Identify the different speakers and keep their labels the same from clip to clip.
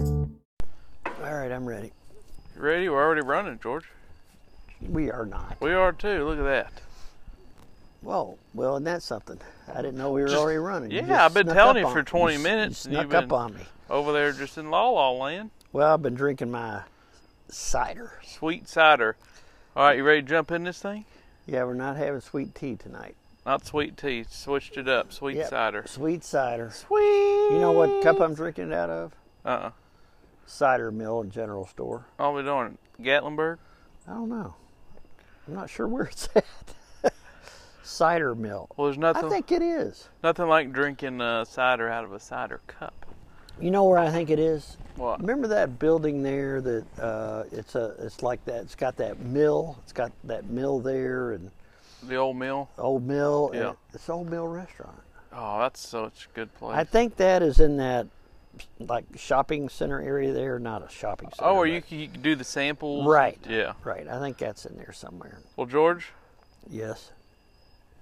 Speaker 1: All right, I'm ready.
Speaker 2: You ready? We're already running, George.
Speaker 1: We are not.
Speaker 2: We are too. Look at that.
Speaker 1: Whoa, well, and that's something. I didn't know we were
Speaker 2: Just-
Speaker 1: already running. You
Speaker 2: yeah,
Speaker 1: just
Speaker 2: I've been
Speaker 1: snuck
Speaker 2: telling
Speaker 1: up
Speaker 2: you
Speaker 1: on-
Speaker 2: for 20
Speaker 1: s-
Speaker 2: minutes and
Speaker 1: You snuck
Speaker 2: you've
Speaker 1: up
Speaker 2: been-
Speaker 1: on me.
Speaker 2: Over there, just in La La Land.
Speaker 1: Well, I've been drinking my cider.
Speaker 2: Sweet cider. All right, you ready to jump in this thing?
Speaker 1: Yeah, we're not having sweet tea tonight.
Speaker 2: Not sweet tea. Switched it up. Sweet
Speaker 1: Yep,
Speaker 2: cider.
Speaker 1: Sweet cider.
Speaker 2: Sweet.
Speaker 1: You know what cup I'm drinking it out of?
Speaker 2: Uh-uh.
Speaker 1: Cider mill and general store.
Speaker 2: All we doing? Gatlinburg.
Speaker 1: I don't know. I'm not sure where it's at. cider mill.
Speaker 2: Well, there's
Speaker 1: I
Speaker 2: nothing.
Speaker 1: think it is.
Speaker 2: nothing like drinking uh, cider out of a cider cup.
Speaker 1: You know where I think it is?
Speaker 2: What?
Speaker 1: Remember that building there that uh, it's a it's like that it's got that mill it's got that mill there and
Speaker 2: The old mill.
Speaker 1: old mill
Speaker 2: Yeah.
Speaker 1: and it's old mill restaurant.
Speaker 2: Oh, that's such a good place.
Speaker 1: I think that is in that like shopping center area there, not a shopping center.
Speaker 2: oh, or
Speaker 1: but-
Speaker 2: you c- you can do the samples.
Speaker 1: right?
Speaker 2: Yeah.
Speaker 1: right. I think that's in there somewhere.
Speaker 2: Well, George,
Speaker 1: Yes.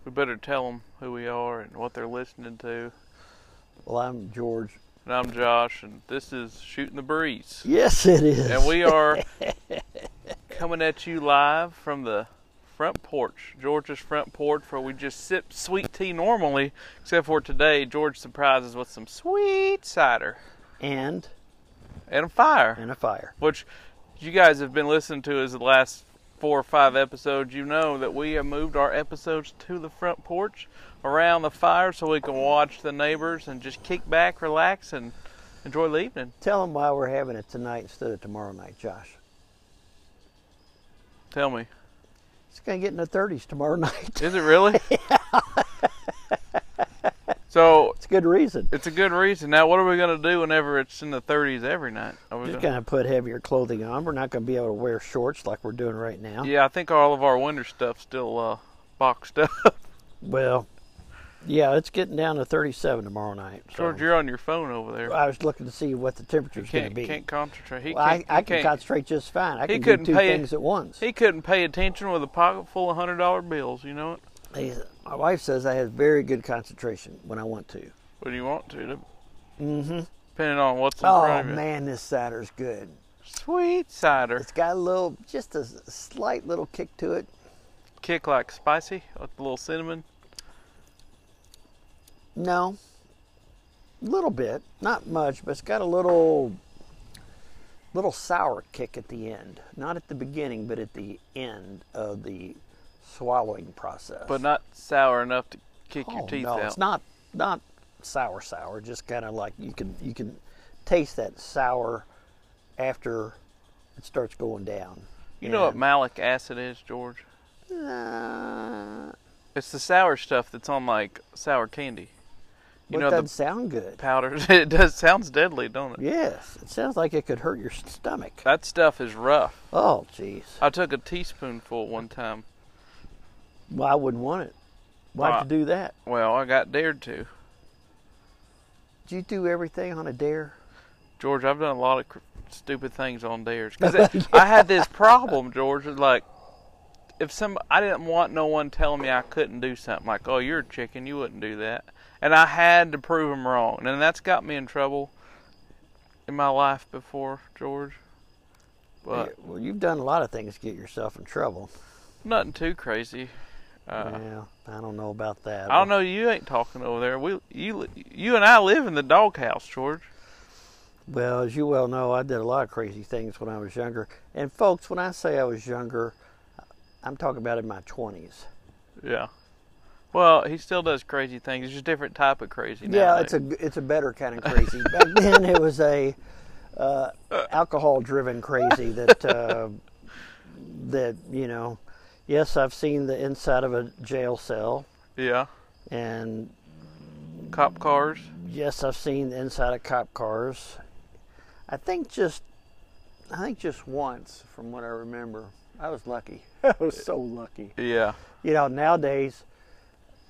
Speaker 2: we better tell them who we are and what they're listening to.
Speaker 1: Well, I'm George.
Speaker 2: And I'm Josh, and this is Shooting the Breeze.
Speaker 1: Yes, it is.
Speaker 2: And we are coming at you live from the front porch, George's front porch, where we just sip sweet tea normally, except for today, George surprises with some sweet cider
Speaker 1: and
Speaker 2: and a fire,
Speaker 1: and a fire.
Speaker 2: which you guys have been listening to as the last four or five episodes. You know that we have moved our episodes to the front porch around the fire so we can watch the neighbors and just kick back, relax, and enjoy the evening.
Speaker 1: Tell them why we're having it tonight instead of tomorrow night, Josh.
Speaker 2: Tell me.
Speaker 1: It's gonna get in the 30s tomorrow night.
Speaker 2: Is it really? so
Speaker 1: it's a good reason.
Speaker 2: it's a good reason. Now, what are we going to do whenever it's in the 30s every night? Are we
Speaker 1: Just
Speaker 2: gonna-
Speaker 1: gonna put heavier clothing on. We're not gonna be able to wear shorts like we're doing right now.
Speaker 2: yeah, I think all of our winter stuff's still uh, boxed up.
Speaker 1: Well, yeah, it's getting down to 37 tomorrow night. so-
Speaker 2: George, you're on your phone over there.
Speaker 1: Oh. I was looking to see what the temperature's going
Speaker 2: can't,
Speaker 1: to be.
Speaker 2: can't concentrate. He,
Speaker 1: Well, I,
Speaker 2: can't,
Speaker 1: I
Speaker 2: he,
Speaker 1: can
Speaker 2: can't,
Speaker 1: concentrate just fine. I can do
Speaker 2: couldn't
Speaker 1: two
Speaker 2: pay-
Speaker 1: things at once.
Speaker 2: he couldn't pay attention with a pocket full of $100 bills, you know it?
Speaker 1: He- my wife says I have very good concentration when I want to.
Speaker 2: What do you want to? to-
Speaker 1: Mm-hmm.
Speaker 2: Depending on what's in
Speaker 1: Oh
Speaker 2: front of you.
Speaker 1: man, this cider's good.
Speaker 2: Sweet cider.
Speaker 1: It's got a little, just a s- slight little kick to it.
Speaker 2: Kick like spicy with a little cinnamon.
Speaker 1: No, little bit, not much, but it's got a little, little sour kick at the end. Not at the beginning, but at the end of the swallowing process.
Speaker 2: But not sour enough to kick your teeth
Speaker 1: Oh, no,
Speaker 2: out.
Speaker 1: it's not not sour sour. Just kind of like you can you can taste that sour after it starts going down.
Speaker 2: You know what
Speaker 1: And,
Speaker 2: malic acid is, George?
Speaker 1: uh,
Speaker 2: It's the sour stuff that's on like sour candy. You
Speaker 1: but
Speaker 2: know
Speaker 1: doesn't
Speaker 2: the
Speaker 1: sound good.
Speaker 2: powders. It does sounds deadly, don't it?
Speaker 1: Yes, it sounds like it could hurt your stomach.
Speaker 2: That stuff is rough.
Speaker 1: Oh, jeez.
Speaker 2: I took a teaspoonful one time.
Speaker 1: Well, I wouldn't want it. Why'd
Speaker 2: Why?
Speaker 1: you do that?
Speaker 2: Well, I got dared to.
Speaker 1: Did you do everything on a dare?
Speaker 2: George, I've done a lot of cr- stupid things on dares. 'Cause it- I had this problem, George. it's Like, if some, I didn't want no one telling me I couldn't do something. Like, oh, you're a chicken, you wouldn't do that. And I had to prove them wrong, and that's got me in trouble in my life before, George. But
Speaker 1: well, you've done a lot of things to get yourself in trouble.
Speaker 2: nothing too crazy. Uh,
Speaker 1: yeah, I don't know about that.
Speaker 2: I don't know. You ain't talking over there. We, you, li- you and I live in the doghouse, George.
Speaker 1: Well, as you well know, I did a lot of crazy things when I was younger. And folks, when I say I was younger, I'm talking about in my 20s.
Speaker 2: Yeah. Well, he still does crazy things. It's just a different type of crazy.
Speaker 1: Yeah, it's
Speaker 2: nowadays.
Speaker 1: a it's a better kind of crazy. Back then, it was a uh, alcohol-driven crazy that uh, that you know. Yes, I've seen the inside of a jail cell,
Speaker 2: Yeah.
Speaker 1: and
Speaker 2: Cop cars.
Speaker 1: yes, I've seen the inside of cop cars. I think just I think just once, from what I remember, I was lucky. I was so lucky.
Speaker 2: Yeah.
Speaker 1: you know, nowadays,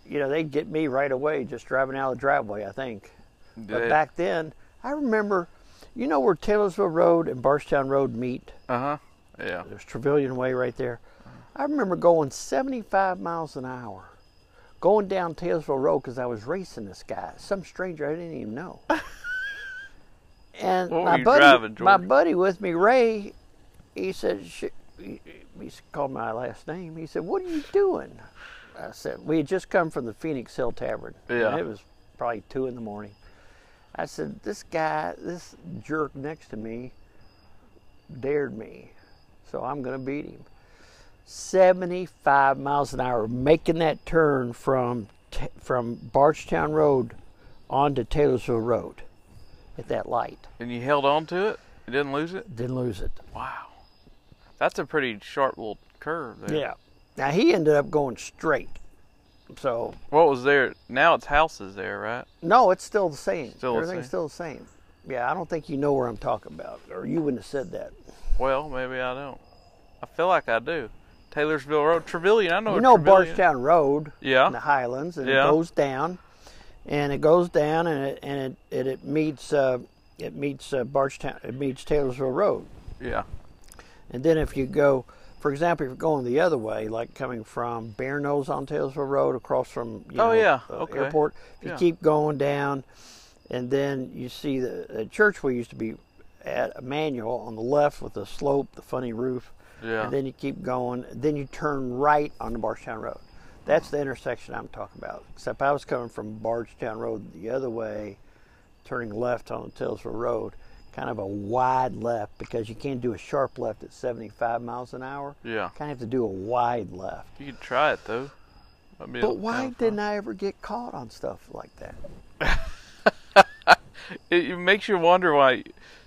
Speaker 1: you know, they'd get me right away just driving out of the driveway, I think. But back then, I remember, you know where Taylorsville Road and Barstown Road meet?
Speaker 2: Uh huh. Yeah.
Speaker 1: There's Trevilian Way right there. I remember going 75 miles an hour, going down Taylorsville Road because I was racing this guy, some stranger I didn't even know. and
Speaker 2: What were
Speaker 1: my
Speaker 2: you
Speaker 1: buddy,
Speaker 2: driving,
Speaker 1: my
Speaker 2: George?
Speaker 1: buddy with me, Ray, he said, "Sh- he, he s- called my last name. He said, "What are you doing?" I said, "We had just come from the Phoenix Hill Tavern. and
Speaker 2: Yeah.
Speaker 1: it was probably two in the morning." I said, "This guy, this jerk next to me, dared me, so I'm going to beat him." 75 miles an hour making that turn from t- from Barchtown Road onto Taylorsville Road at that light.
Speaker 2: And you held on to it? You didn't lose it?
Speaker 1: Didn't lose it.
Speaker 2: Wow. That's a pretty sharp little curve there.
Speaker 1: Yeah. Now he ended up going straight. So
Speaker 2: What was there? Now it's houses there, right?
Speaker 1: no, it's still the same.
Speaker 2: Still the
Speaker 1: Everything's
Speaker 2: same.
Speaker 1: still the same. Yeah, I don't think you know where I'm talking about, or you wouldn't have said that.
Speaker 2: Well, maybe I don't. I feel like I do. Taylorsville Road, Trevilian. I know.
Speaker 1: You know
Speaker 2: Oh, Trevilian.
Speaker 1: Barstown Road
Speaker 2: Yeah.
Speaker 1: in the Highlands, and
Speaker 2: Yeah.
Speaker 1: it goes down, and it goes down, and it and it it, it meets uh, it meets uh, Barstown, it meets Taylorsville Road,
Speaker 2: Yeah.
Speaker 1: and then if you go, for example, if you're going the other way, like coming from Bear Nose on Taylorsville Road across from you
Speaker 2: Oh,
Speaker 1: know,
Speaker 2: yeah.
Speaker 1: uh,
Speaker 2: Okay.
Speaker 1: airport, if you
Speaker 2: Yeah.
Speaker 1: keep going down, and then you see the, the church we used to be at Emmanuel on the left with the slope, the funny roof.
Speaker 2: Yeah.
Speaker 1: And then you keep going. Then you turn right on the Bargetown Road. That's the intersection I'm talking about. Except I was coming from Bargetown Road the other way, turning left on the Taylorsville Road, kind of a wide left because you can't do a sharp left at 75 miles an hour.
Speaker 2: Yeah.
Speaker 1: Kind of have to do a wide left.
Speaker 2: You could try it though. That'd be a-
Speaker 1: But why
Speaker 2: kinda fun.
Speaker 1: didn't I ever get caught on stuff like that?
Speaker 2: It, it makes you wonder why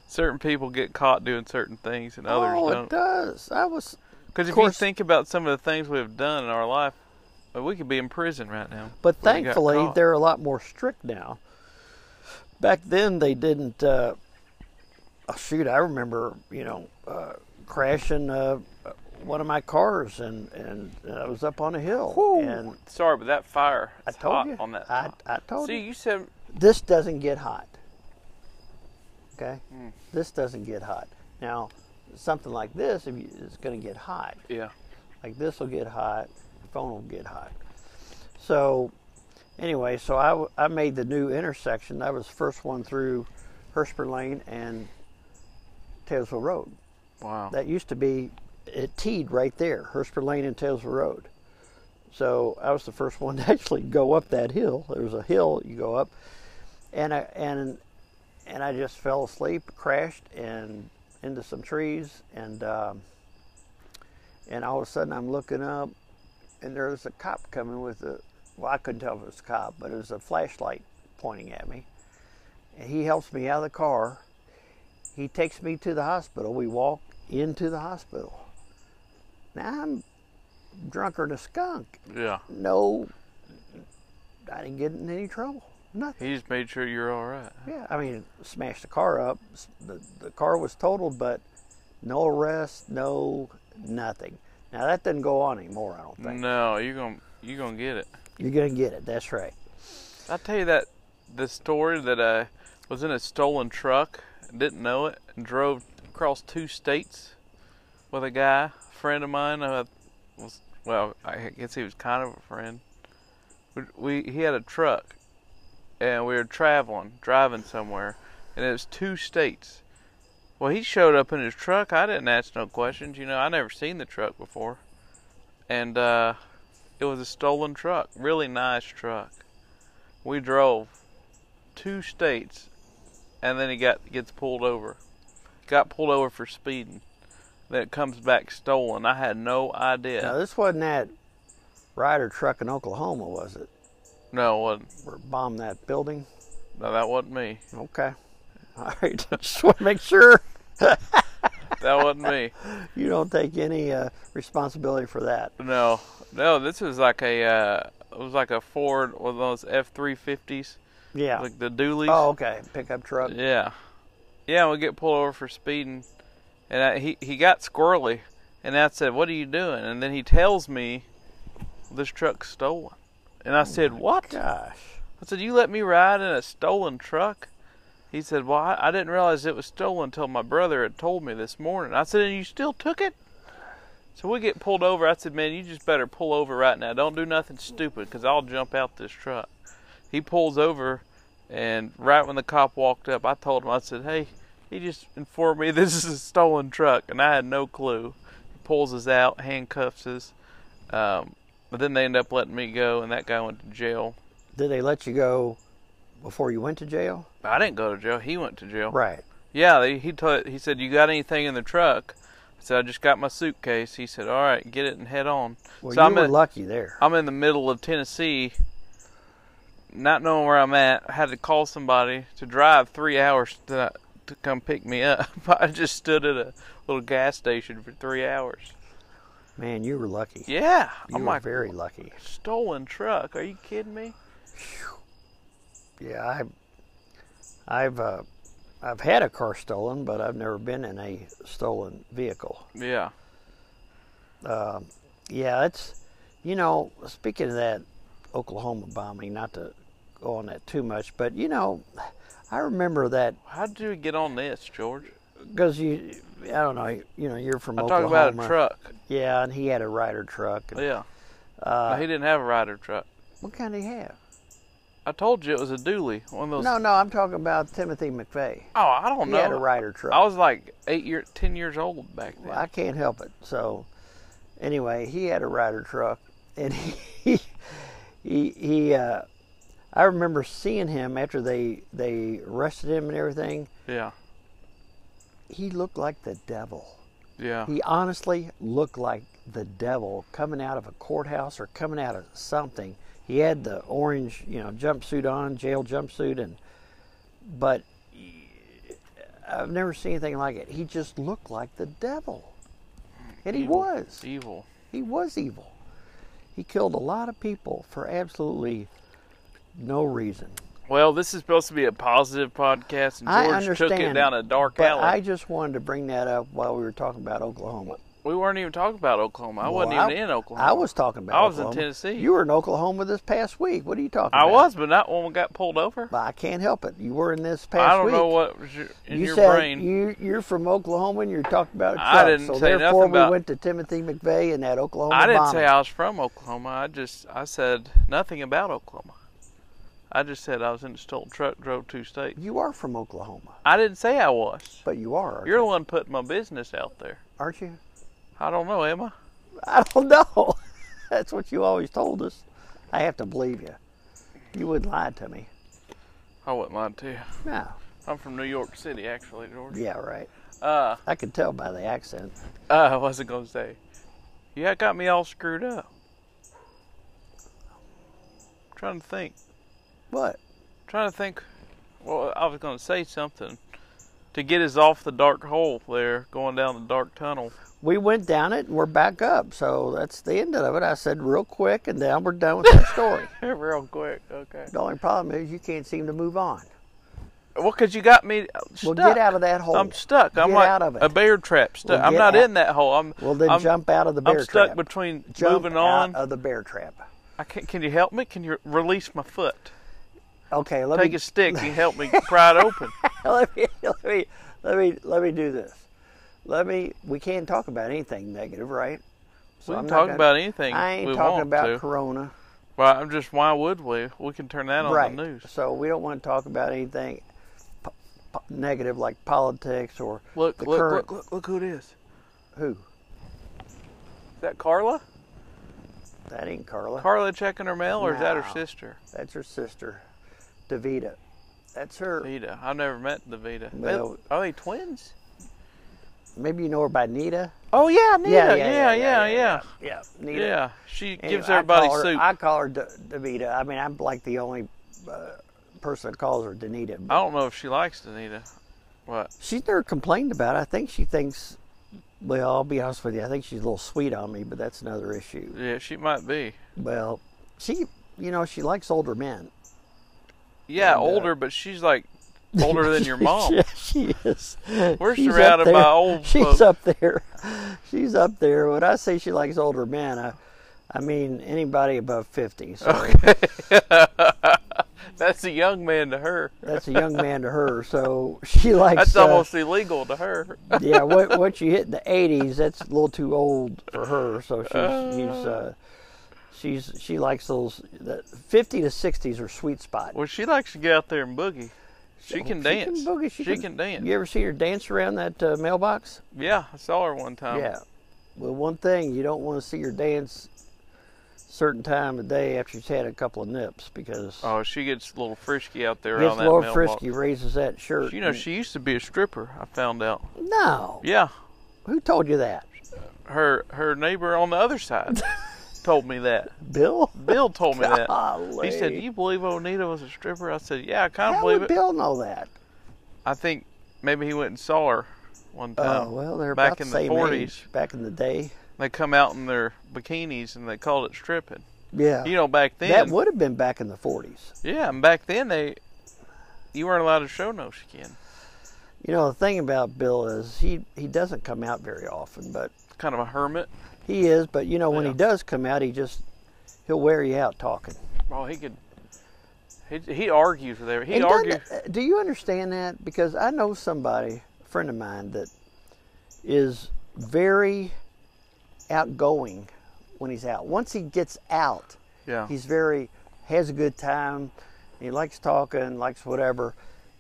Speaker 2: certain people get caught doing certain things and others
Speaker 1: oh, it
Speaker 2: don't.
Speaker 1: does. I was
Speaker 2: Because if
Speaker 1: course-
Speaker 2: you think about some of the things we've done in our life, well, we could be in prison right now.
Speaker 1: But
Speaker 2: if we got
Speaker 1: thankfully,
Speaker 2: caught.
Speaker 1: they're a lot more strict now. Back then, they didn't. Uh, oh, shoot, I remember, you know, uh, crashing uh, one of my cars, and and I was up on a hill, and
Speaker 2: Sorry, but that fire.
Speaker 1: I
Speaker 2: It's
Speaker 1: told
Speaker 2: hot
Speaker 1: you,
Speaker 2: on that.
Speaker 1: I,
Speaker 2: top.
Speaker 1: I told
Speaker 2: See,
Speaker 1: you,
Speaker 2: you said
Speaker 1: this doesn't get hot. Okay, this doesn't get hot. Now, something like this, if you, it's going to get hot.
Speaker 2: yeah.
Speaker 1: Like this will get hot, phone will get hot. So, anyway, so I, w- I made the new intersection. I was the first one through Hurstburn Lane and Taylorsville Road.
Speaker 2: Wow.
Speaker 1: That used to be it teed right there, Hurstburn Lane and Taylorsville Road. So I was the first one to actually go up that hill. There was a hill you go up, and I and and I just fell asleep, crashed, and into some trees, and um, and all of a sudden I'm looking up, and there's a cop coming with a well I couldn't tell if it was a cop, but it was a flashlight pointing at me, and he helps me out of the car. He takes me to the hospital. We walk into the hospital. Now I'm drunker than a skunk.
Speaker 2: yeah.
Speaker 1: No, I didn't get in any trouble. Nothing.
Speaker 2: He just made sure you're all right.
Speaker 1: Yeah, I mean, smashed the car up. S- The, the car was totaled, but no arrest, no nothing. Now that doesn't go on anymore. I don't think
Speaker 2: No, you're gonna you're gonna get it.
Speaker 1: you're gonna get it. That's right.
Speaker 2: I tell you that the story that I was in a stolen truck, didn't know it, and drove across two states with a guy, a friend of mine. Who I was well, I guess he was kind of a friend. We, we he had a truck, and we were traveling, driving somewhere, and it was two states. Well, he showed up in his truck. I didn't ask no questions. You know, I never seen the truck before, and uh, it was a stolen truck. Really nice truck we drove two states and then he got gets pulled over got pulled over for speeding then it comes back stolen i had no idea
Speaker 1: Now
Speaker 2: no,
Speaker 1: this wasn't that rider truck in Oklahoma, was it?
Speaker 2: it wasn't
Speaker 1: Where it bombed that building?
Speaker 2: no that wasn't me
Speaker 1: Okay. All right. Just want to make sure
Speaker 2: that wasn't me
Speaker 1: you don't take any uh, responsibility for that.
Speaker 2: no no this was like a uh it was like a ford one of those f-350s
Speaker 1: Yeah.
Speaker 2: like the doolies
Speaker 1: Oh, okay. Pickup truck.
Speaker 2: Yeah, yeah. We get pulled over for speeding, and I, he he got squirrely, and I said, "What are you doing?" And then he tells me, "This truck's stolen," and I
Speaker 1: Oh
Speaker 2: said, "What?"
Speaker 1: Gosh.
Speaker 2: I said, "You let me ride in a stolen truck?" He said, "Well, I, I didn't realize it was stolen until my brother had told me this morning." I said, "And you still took it?" So we get pulled over. I said, man, you just better pull over right now. Don't do nothing stupid because I'll jump out this truck. He pulls over, and right when the cop walked up, I told him, I said, hey, he just informed me this is a stolen truck, and I had no clue. He pulls us out, handcuffs us. Um, but then they end up letting me go, and that guy went to jail.
Speaker 1: Did they let you go before you went to jail?
Speaker 2: I didn't go to jail. He went to jail.
Speaker 1: Right.
Speaker 2: Yeah, they, he told, he said, "You got anything in the truck?" I said, "I just got my suitcase." He said, "All right, get it and head on."
Speaker 1: Well,
Speaker 2: so
Speaker 1: you
Speaker 2: I'm
Speaker 1: were
Speaker 2: in,
Speaker 1: lucky there.
Speaker 2: I'm in the middle of Tennessee, not knowing where I'm at. I had to call somebody to drive three hours to to come pick me up. I just stood at a little gas station for three hours.
Speaker 1: Man, you were lucky.
Speaker 2: Yeah,
Speaker 1: You
Speaker 2: I'm
Speaker 1: were
Speaker 2: like
Speaker 1: very lucky.
Speaker 2: stolen truck. Are you kidding me?
Speaker 1: Yeah, I, I've, uh, I've had a car stolen, but I've never been in a stolen vehicle.
Speaker 2: Yeah,
Speaker 1: Yeah, it's, you know, speaking of that Oklahoma bombing, not to go on that too much, but you know, I remember that
Speaker 2: how did you get on this, George?
Speaker 1: because you, I don't know, you know, you're from
Speaker 2: I'm
Speaker 1: Oklahoma.
Speaker 2: talking about a truck.
Speaker 1: Yeah, and he had a rider truck. And
Speaker 2: Yeah,
Speaker 1: Uh,
Speaker 2: No, he didn't have a rider truck.
Speaker 1: What kind did he have?
Speaker 2: I told you it was a dually, one of those.
Speaker 1: No, no, I'm talking about Timothy McVeigh.
Speaker 2: Oh, I don't
Speaker 1: He
Speaker 2: know.
Speaker 1: had a rider truck.
Speaker 2: I was like eight year, ten years old back then.
Speaker 1: Well, I can't help it. So, anyway, he had a rider truck, and he he he. Uh, I remember seeing him after they they arrested him and everything.
Speaker 2: yeah,
Speaker 1: He looked like the devil.
Speaker 2: yeah,
Speaker 1: He honestly looked like the devil coming out of a courthouse or coming out of something. He had the orange, you know, jumpsuit on, jail jumpsuit, and but I've never seen anything like it. He just looked like the devil, and he
Speaker 2: Evil.
Speaker 1: was.
Speaker 2: evil.
Speaker 1: He was evil. He killed a lot of people for absolutely no reason.
Speaker 2: Well, this is supposed to be a positive podcast, and
Speaker 1: I
Speaker 2: George
Speaker 1: understand.
Speaker 2: took it down a dark
Speaker 1: but
Speaker 2: alley.
Speaker 1: I just wanted to bring that up while we were talking about Oklahoma.
Speaker 2: we weren't even talking about Oklahoma. I wasn't
Speaker 1: Well,
Speaker 2: even in Oklahoma.
Speaker 1: I was talking about.
Speaker 2: I was in
Speaker 1: Oklahoma.
Speaker 2: Tennessee.
Speaker 1: You were in Oklahoma this past week. What are you talking?
Speaker 2: I
Speaker 1: about?
Speaker 2: was, but not when we got pulled over.
Speaker 1: But I can't help it. You were in this past
Speaker 2: I don't
Speaker 1: week.
Speaker 2: know what was your, in
Speaker 1: you
Speaker 2: your
Speaker 1: said
Speaker 2: brain.
Speaker 1: you you're from Oklahoma and you're talking about. Trump.
Speaker 2: I didn't
Speaker 1: so
Speaker 2: say
Speaker 1: therefore
Speaker 2: nothing
Speaker 1: we
Speaker 2: about-
Speaker 1: went to Timothy McVeigh and that Oklahoma.
Speaker 2: I didn't
Speaker 1: bombing.
Speaker 2: say I was from Oklahoma. I just I said nothing about Oklahoma. I just said I was in a stolen truck, drove two states.
Speaker 1: You are from Oklahoma,
Speaker 2: I didn't say I was.
Speaker 1: but you are.
Speaker 2: You're the one putting my business out there.
Speaker 1: aren't you?
Speaker 2: I don't know, am I?
Speaker 1: I don't know. That's what you always told us. I have to believe you. You wouldn't lie to me.
Speaker 2: I wouldn't lie to you.
Speaker 1: No.
Speaker 2: I'm from New York City, actually, George.
Speaker 1: Yeah, right.
Speaker 2: Uh,
Speaker 1: I can tell by the accent.
Speaker 2: uh, I wasn't gonna say. Yeah, it got me all screwed up. I'm trying to think.
Speaker 1: What?
Speaker 2: I'm trying to think. Well, I was gonna say something to get us off the dark hole there, going down the dark tunnel.
Speaker 1: we went down it and we're back up. So that's the end of it. I said real quick, and now we're done with that story.
Speaker 2: Real quick, okay.
Speaker 1: The only problem is you can't seem to move on.
Speaker 2: Well, 'cause you got me
Speaker 1: Well,
Speaker 2: stuck.
Speaker 1: get out of that hole.
Speaker 2: I'm stuck. I'm
Speaker 1: Get
Speaker 2: like
Speaker 1: out of it.
Speaker 2: a bear trap. Stuck.
Speaker 1: Well,
Speaker 2: I'm
Speaker 1: get
Speaker 2: not
Speaker 1: out-
Speaker 2: in that hole. I'm.
Speaker 1: well, then
Speaker 2: I'm,
Speaker 1: jump out of the bear
Speaker 2: I'm stuck
Speaker 1: trap.
Speaker 2: between
Speaker 1: Jump
Speaker 2: moving
Speaker 1: out
Speaker 2: on.
Speaker 1: of the bear trap.
Speaker 2: I can Can you help me? Can you release my foot?
Speaker 1: Okay, let
Speaker 2: Take
Speaker 1: me,
Speaker 2: a stick and help me pry it open.
Speaker 1: let me let me let me let me do this. Let me. We can't talk about anything negative, right? So
Speaker 2: we
Speaker 1: I'm
Speaker 2: can
Speaker 1: not
Speaker 2: talk
Speaker 1: gonna-
Speaker 2: about anything.
Speaker 1: I ain't
Speaker 2: we
Speaker 1: talking
Speaker 2: want
Speaker 1: about
Speaker 2: to.
Speaker 1: Corona,
Speaker 2: Well, I'm just. Why would we? We can turn that on
Speaker 1: right?
Speaker 2: the news.
Speaker 1: So we don't want to talk about anything po- po- negative like politics or
Speaker 2: Look!
Speaker 1: the
Speaker 2: Look!
Speaker 1: current
Speaker 2: Look! Look! Look who it is. Is
Speaker 1: who.
Speaker 2: that Carla?
Speaker 1: That ain't Carla.
Speaker 2: Carla checking her mail, or is that her
Speaker 1: No.
Speaker 2: sister?
Speaker 1: That's her sister, Davita. That's her.
Speaker 2: Vita. I've never met the Vita. They-
Speaker 1: No.
Speaker 2: Are they twins?
Speaker 1: Maybe you know her by Nita.
Speaker 2: Oh yeah, Nita.
Speaker 1: Yeah, yeah,
Speaker 2: Yeah,
Speaker 1: yeah,
Speaker 2: yeah,
Speaker 1: yeah,
Speaker 2: yeah.
Speaker 1: Yeah, Nita.
Speaker 2: Yeah, she
Speaker 1: Anyway,
Speaker 2: gives everybody
Speaker 1: I call her,
Speaker 2: soup. I,
Speaker 1: I call her D- Davita. I mean, I'm like the only uh, person that calls her Danita.
Speaker 2: don't know if she likes Danita. What?
Speaker 1: She's never complained about it. I think she thinks. Well, I'll be honest with you. I think she's a little sweet on me, but that's another issue.
Speaker 2: Yeah, she might be.
Speaker 1: Well, she, you know, she likes older men.
Speaker 2: Yeah,
Speaker 1: And, uh,
Speaker 2: older, but she's like older than your mom.
Speaker 1: Yeah, she is.
Speaker 2: We're
Speaker 1: She's up
Speaker 2: surrounded
Speaker 1: there.
Speaker 2: by old
Speaker 1: She's
Speaker 2: folks.
Speaker 1: up there. She's up there. When I say she likes older men, I, I mean anybody above fifty. So,
Speaker 2: That's a young man to her.
Speaker 1: That's a young man to her, so she likes.
Speaker 2: That's
Speaker 1: uh,
Speaker 2: almost illegal to her.
Speaker 1: yeah, what, once you hit the 80s, that's a little too old for her. So she's she's uh, she's she likes those the 50 to 60s are sweet spot.
Speaker 2: Well, she likes to get out there and boogie. She can dance.
Speaker 1: Oh, She can boogie. She,
Speaker 2: can, dance.
Speaker 1: You ever seen her dance around that uh, mailbox?
Speaker 2: Yeah, I saw her one time.
Speaker 1: yeah. Well, one thing you don't want to see her dance certain time of day after she's had a couple of nips because
Speaker 2: Oh, she gets a little frisky out there
Speaker 1: gets
Speaker 2: on that
Speaker 1: Laura
Speaker 2: mailbox.
Speaker 1: Frisky raises that shirt.
Speaker 2: You know,
Speaker 1: and-
Speaker 2: she used to be a stripper. I found out.
Speaker 1: no.
Speaker 2: Yeah,
Speaker 1: Who told you that?
Speaker 2: her her neighbor on the other side told me that.
Speaker 1: Bill.
Speaker 2: Bill told me that.
Speaker 1: Golly.
Speaker 2: He said, "Do you believe Onita was a stripper?" I said, "Yeah, I kind of
Speaker 1: How
Speaker 2: believe
Speaker 1: would
Speaker 2: it."
Speaker 1: Bill know that?
Speaker 2: I think maybe he went and saw her one time.
Speaker 1: Oh well, they're
Speaker 2: Um, back
Speaker 1: about the
Speaker 2: in
Speaker 1: same
Speaker 2: the
Speaker 1: age. Back in the day,
Speaker 2: They come out in their bikinis and they called it stripping.
Speaker 1: yeah.
Speaker 2: You know, back then.
Speaker 1: Uh, that would have been back in the forties.
Speaker 2: yeah, and back then they, you weren't allowed to show no skin.
Speaker 1: You know, the thing about Bill is he he doesn't come out very often, but
Speaker 2: Kind of a hermit.
Speaker 1: he is. But you know, when
Speaker 2: Yeah.
Speaker 1: he does come out, he just he'll wear you out talking.
Speaker 2: Oh, he could. He, he argues with every. He
Speaker 1: And
Speaker 2: argues.
Speaker 1: doesn't- Do you understand that? Because I know somebody, a friend of mine, that is very outgoing when he's out. Once he gets out,
Speaker 2: Yeah.
Speaker 1: he's very has a good time. He likes talking, likes whatever,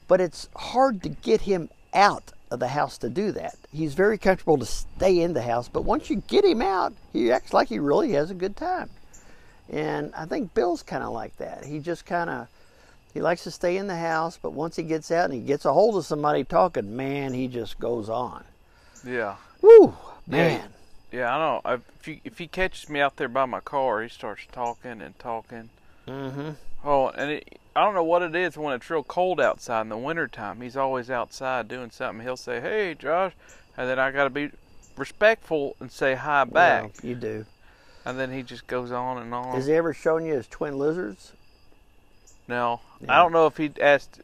Speaker 1: but it's hard to get him out of the house to do that. He's very comfortable to stay in the house, but once you get him out, he acts like he really has a good time. And I think Bill's kind of like that. He just kind of he likes to stay in the house, but once he gets out and he gets a hold of somebody talking, man, he just goes on.
Speaker 2: yeah.
Speaker 1: Woo, man.
Speaker 2: Yeah, I know. I, if you, if he catches me out there by my car, he starts talking and talking. Mm-hmm. Oh, and it, I don't know what it is when it's real cold outside in the wintertime. He's always outside doing something. He'll say, "Hey, Josh," and then I got to be respectful and say hi back.
Speaker 1: Well, you do.
Speaker 2: And then he just goes on and on.
Speaker 1: Has he ever shown you his twin lizards?
Speaker 2: No, I
Speaker 1: Yeah.
Speaker 2: don't know if he asked.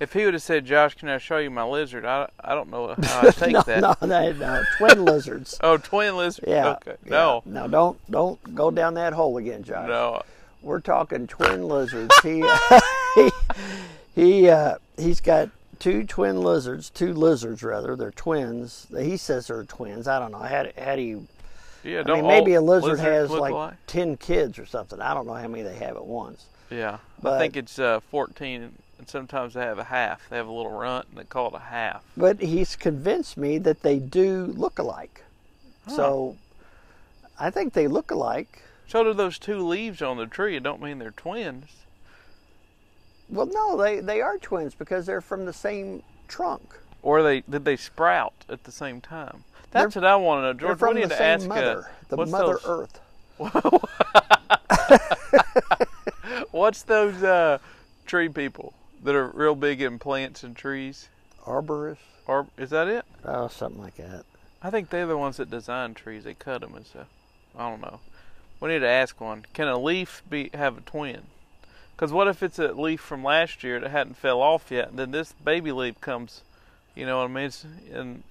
Speaker 2: If he would have said, "Josh, can I show you my lizard?" I, I don't know how I take
Speaker 1: no,
Speaker 2: that.
Speaker 1: no, no, no, twin lizards.
Speaker 2: Oh, twin lizard.
Speaker 1: Yeah.
Speaker 2: Okay.
Speaker 1: yeah.
Speaker 2: No.
Speaker 1: No, don't don't go down that hole again, Josh.
Speaker 2: No.
Speaker 1: We're talking twin lizards. He he, he uh, he's got two twin lizards, two lizards rather. They're twins. He says they're twins. I don't know. How do, how do you
Speaker 2: Yeah.
Speaker 1: I
Speaker 2: Don't
Speaker 1: mean, maybe a
Speaker 2: all
Speaker 1: lizard
Speaker 2: lizards
Speaker 1: has
Speaker 2: look
Speaker 1: like
Speaker 2: alike?
Speaker 1: 10 kids or something. I don't know how many they have at once.
Speaker 2: Yeah, I
Speaker 1: But-
Speaker 2: think it's uh, 14, and sometimes they have a half. They have a little runt, and they call it a half.
Speaker 1: But he's convinced me that they do look alike. So I think they look alike.
Speaker 2: So do those two leaves on the tree. It don't mean they're twins.
Speaker 1: Well, no, they, they are twins because they're from the same trunk.
Speaker 2: Or they did they sprout at the same time? That's what I want to know,
Speaker 1: They're
Speaker 2: George.
Speaker 1: from
Speaker 2: we need
Speaker 1: the
Speaker 2: to
Speaker 1: same
Speaker 2: ask uh,
Speaker 1: mother, the
Speaker 2: what's
Speaker 1: Mother
Speaker 2: those,
Speaker 1: Earth.
Speaker 2: What's those uh, tree people that are real big in plants and trees?
Speaker 1: Arborist?
Speaker 2: Or is that it?
Speaker 1: Oh, something like that.
Speaker 2: I think they're the ones that design trees. They cut them and stuff. I don't know. We need to ask one. Can a leaf be have a twin? Because what if it's a leaf from last year that hadn't fell off yet, and then this baby leaf comes? You know what I mean? It's, and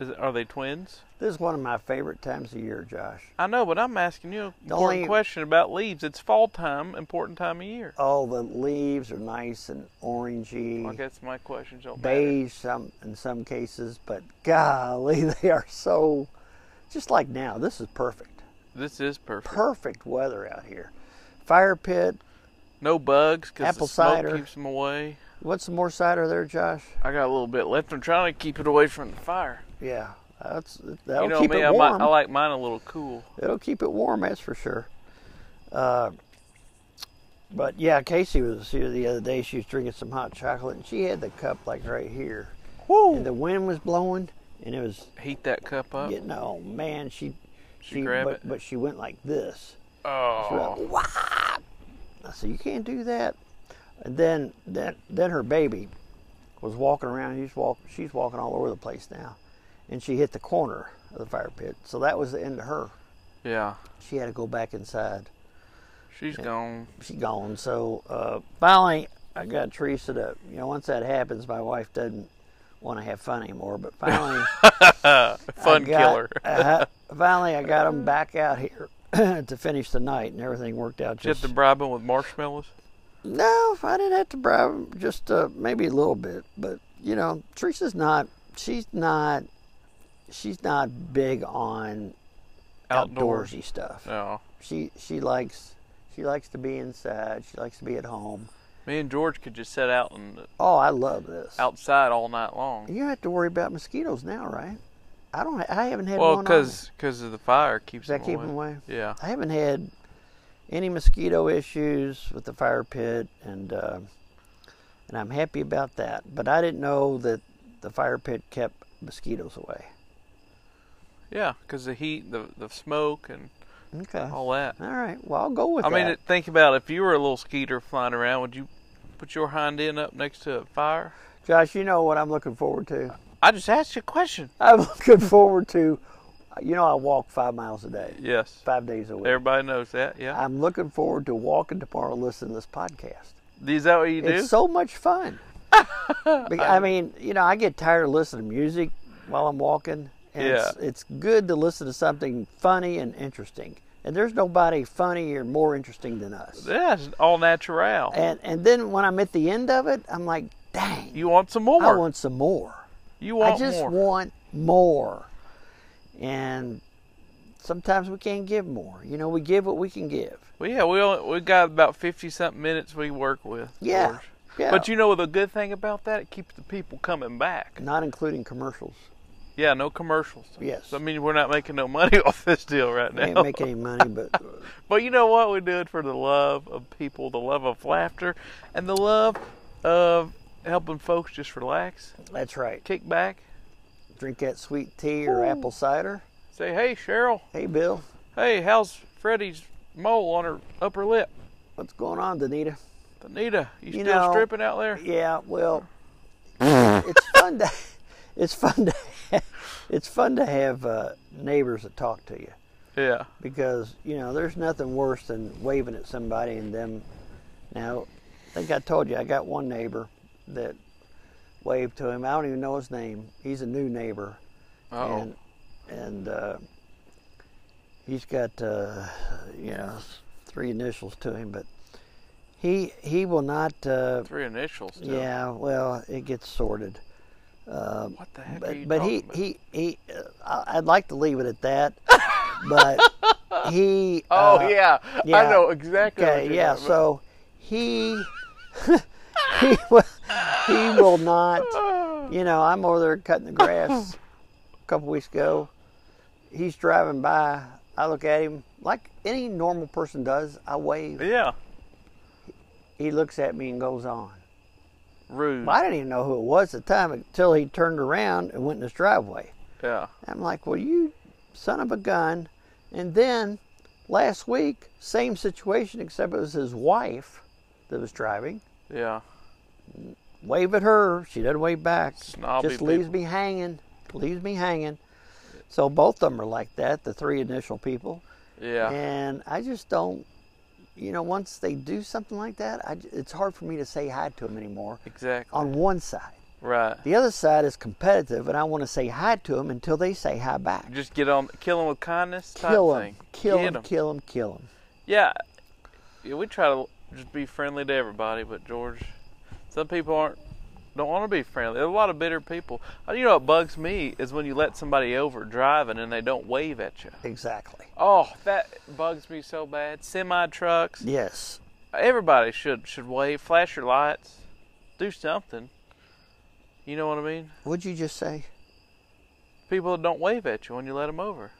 Speaker 2: is it, are they twins?
Speaker 1: This is one of my favorite times of year, Josh.
Speaker 2: I know, but I'm asking you an
Speaker 1: The
Speaker 2: important
Speaker 1: only-
Speaker 2: question about leaves. It's fall time, important time of year.
Speaker 1: All the leaves are nice and orangey.
Speaker 2: I guess my questions don't matter.
Speaker 1: beige some in some cases, but golly, they are so just like now. This is perfect,
Speaker 2: This is perfect.
Speaker 1: perfect weather out here. Fire pit.
Speaker 2: No bugs because the
Speaker 1: Apple
Speaker 2: smoke
Speaker 1: cider.
Speaker 2: keeps them away.
Speaker 1: What's some more cider there, Josh?
Speaker 2: I got a little bit left. I'm trying to keep it away from the fire.
Speaker 1: Yeah, that's that'll
Speaker 2: you know
Speaker 1: keep
Speaker 2: me,
Speaker 1: it
Speaker 2: I,
Speaker 1: warm.
Speaker 2: mi- I like mine a little cool.
Speaker 1: It'll keep it warm, that's for sure. Uh, but yeah, Casey was here the other day. She was drinking some hot chocolate, and she had the cup like right here, and the wind was blowing, and it was
Speaker 2: Heat that cup up.
Speaker 1: getting oh man, she. She,
Speaker 2: grabbed
Speaker 1: but,
Speaker 2: it?
Speaker 1: but she went like this.
Speaker 2: Oh,
Speaker 1: Wow. I said, you can't do that. And then, then, then her baby was walking around. He's walk, she's walking all over the place now, and she hit the corner of the fire pit. So that was the end of her.
Speaker 2: yeah.
Speaker 1: She had to go back inside.
Speaker 2: She's gone.
Speaker 1: She gone. So uh, finally, I got Teresa to. You know, once that happens, my wife doesn't want to have fun anymore. But finally.
Speaker 2: Fun
Speaker 1: I got-
Speaker 2: killer.
Speaker 1: uh, finally, I got them back out here to finish the night, and everything worked out
Speaker 2: Did you have
Speaker 1: just.
Speaker 2: to bribe him with marshmallows?
Speaker 1: No, I didn't have to bribe him. Just uh, maybe a little bit, but you know, Teresa's not. She's not. She's not big on
Speaker 2: Outdoors.
Speaker 1: outdoorsy stuff.
Speaker 2: No.
Speaker 1: She she likes she likes to be inside. She likes to be at home.
Speaker 2: Me and George could just sit out and
Speaker 1: Oh, I love this.
Speaker 2: outside all night long.
Speaker 1: You don't have to worry about mosquitoes now, right? I don't. I haven't had
Speaker 2: Well,
Speaker 1: one. on me.
Speaker 2: because of the fire keeps
Speaker 1: Does that
Speaker 2: them
Speaker 1: keep
Speaker 2: away.
Speaker 1: them away?
Speaker 2: Yeah.
Speaker 1: I haven't had any mosquito issues with the fire pit, and uh, and I'm happy about that. But I didn't know that the fire pit kept mosquitoes away.
Speaker 2: Yeah, because the heat, the the smoke, and
Speaker 1: Okay. All
Speaker 2: all that.
Speaker 1: right. Well, I'll go with
Speaker 2: Oh. I
Speaker 1: that.
Speaker 2: mean, think about if you were a little skeeter flying around, would you put your hind end up next to a fire?
Speaker 1: Josh, you know what I'm looking forward to.
Speaker 2: I just asked you a question.
Speaker 1: I'm looking forward to. You know, I walk five miles a day,
Speaker 2: Yes.
Speaker 1: five days a week.
Speaker 2: Everybody knows that. Yeah.
Speaker 1: I'm looking forward to walking tomorrow. Listen to this podcast.
Speaker 2: Is that what you do?
Speaker 1: It's so much fun. Be- I mean, you know, I get tired of listening to music while I'm walking, and it's,
Speaker 2: Yeah.
Speaker 1: it's good to listen to something funny and interesting. And there's nobody funny or more interesting than us.
Speaker 2: yeah, it's all natural.
Speaker 1: And and then when I'm at the end of it, I'm like, dang,
Speaker 2: You want some more?
Speaker 1: I want some more.
Speaker 2: you want
Speaker 1: I just
Speaker 2: more?
Speaker 1: want more. And sometimes we can't give more. You know, we give what we can give.
Speaker 2: well, yeah, we only, we got about fifty something minutes we work with.
Speaker 1: Yeah,
Speaker 2: George.
Speaker 1: yeah.
Speaker 2: But you know the good thing about that, it keeps the people coming back.
Speaker 1: Not including commercials.
Speaker 2: Yeah, no commercials.
Speaker 1: Yes.
Speaker 2: I mean, we're not making no money off this deal right
Speaker 1: We
Speaker 2: now.
Speaker 1: ain't making any money, but
Speaker 2: But you know what? We do it for the love of people, the love of laughter, and the love of helping folks just relax,
Speaker 1: that's right.
Speaker 2: kick back,
Speaker 1: drink that sweet tea or apple cider.
Speaker 2: say, "Hey, Cheryl.
Speaker 1: Hey, Bill,
Speaker 2: Hey, how's Freddie's mole on her upper lip?
Speaker 1: what's going on, Danita?
Speaker 2: Anita, you,
Speaker 1: You
Speaker 2: still
Speaker 1: know-
Speaker 2: stripping out there?
Speaker 1: Yeah, well, it's fun to it's fun to it's fun to have uh, neighbors that talk to you
Speaker 2: Yeah,
Speaker 1: because you know there's nothing worse than waving at somebody and them. Now, I think I told you I got one neighbor that waved to him. I don't even know his name. He's a new neighbor.
Speaker 2: Uh-oh.
Speaker 1: and and uh, he's got uh, you know three initials to him, but he he will not. Uh,
Speaker 2: three initials. Too.
Speaker 1: yeah, well, it gets sorted.
Speaker 2: What the heck are you
Speaker 1: But, but
Speaker 2: talking
Speaker 1: he,
Speaker 2: about?
Speaker 1: he he uh, I- I'd like to leave it at that, but he.
Speaker 2: oh
Speaker 1: uh,
Speaker 2: yeah. I
Speaker 1: yeah.
Speaker 2: know exactly. what
Speaker 1: Okay,
Speaker 2: you're
Speaker 1: yeah.
Speaker 2: talking about.
Speaker 1: So he he will, he will not. You know, I'm over there cutting the grass a couple weeks ago. He's driving by. I look at him like any normal person does. I wave.
Speaker 2: yeah,
Speaker 1: He looks at me and goes on.
Speaker 2: rude.
Speaker 1: Well, I didn't even know who it was at the time until he turned around and went in his driveway.
Speaker 2: Yeah,
Speaker 1: I'm like, well, you son of a gun. And then last week, same situation, except it was his wife that was driving.
Speaker 2: yeah.
Speaker 1: Wave at her. She doesn't wave back.
Speaker 2: Snobby
Speaker 1: Just leaves
Speaker 2: people.
Speaker 1: me hanging. Leaves me hanging. So both of them are like that, the three initial people.
Speaker 2: Yeah.
Speaker 1: And I just don't, you know, once they do something like that, I, j- it's hard for me to say hi to them anymore
Speaker 2: exactly.
Speaker 1: on one side.
Speaker 2: right.
Speaker 1: Um, The other side is competitive, and I want to say hi to them until they say hi back.
Speaker 2: Just get on, kill them with kindness. Type
Speaker 1: kill
Speaker 2: thing.
Speaker 1: him, kill
Speaker 2: Get
Speaker 1: him,
Speaker 2: 'em.
Speaker 1: kill him, kill him.
Speaker 2: Yeah, yeah. We try to just be friendly to everybody, but George, some people aren't don't want to be friendly. There's a lot of bitter people. Uh, You know what bugs me is when you let somebody over driving and they don't wave at you.
Speaker 1: Exactly.
Speaker 2: Oh, that bugs me so bad. Semi trucks.
Speaker 1: Yes.
Speaker 2: Everybody should should wave. Flash your lights. Do something. You know what I mean?
Speaker 1: What'd you just say?
Speaker 2: People that don't wave at you when you let them over.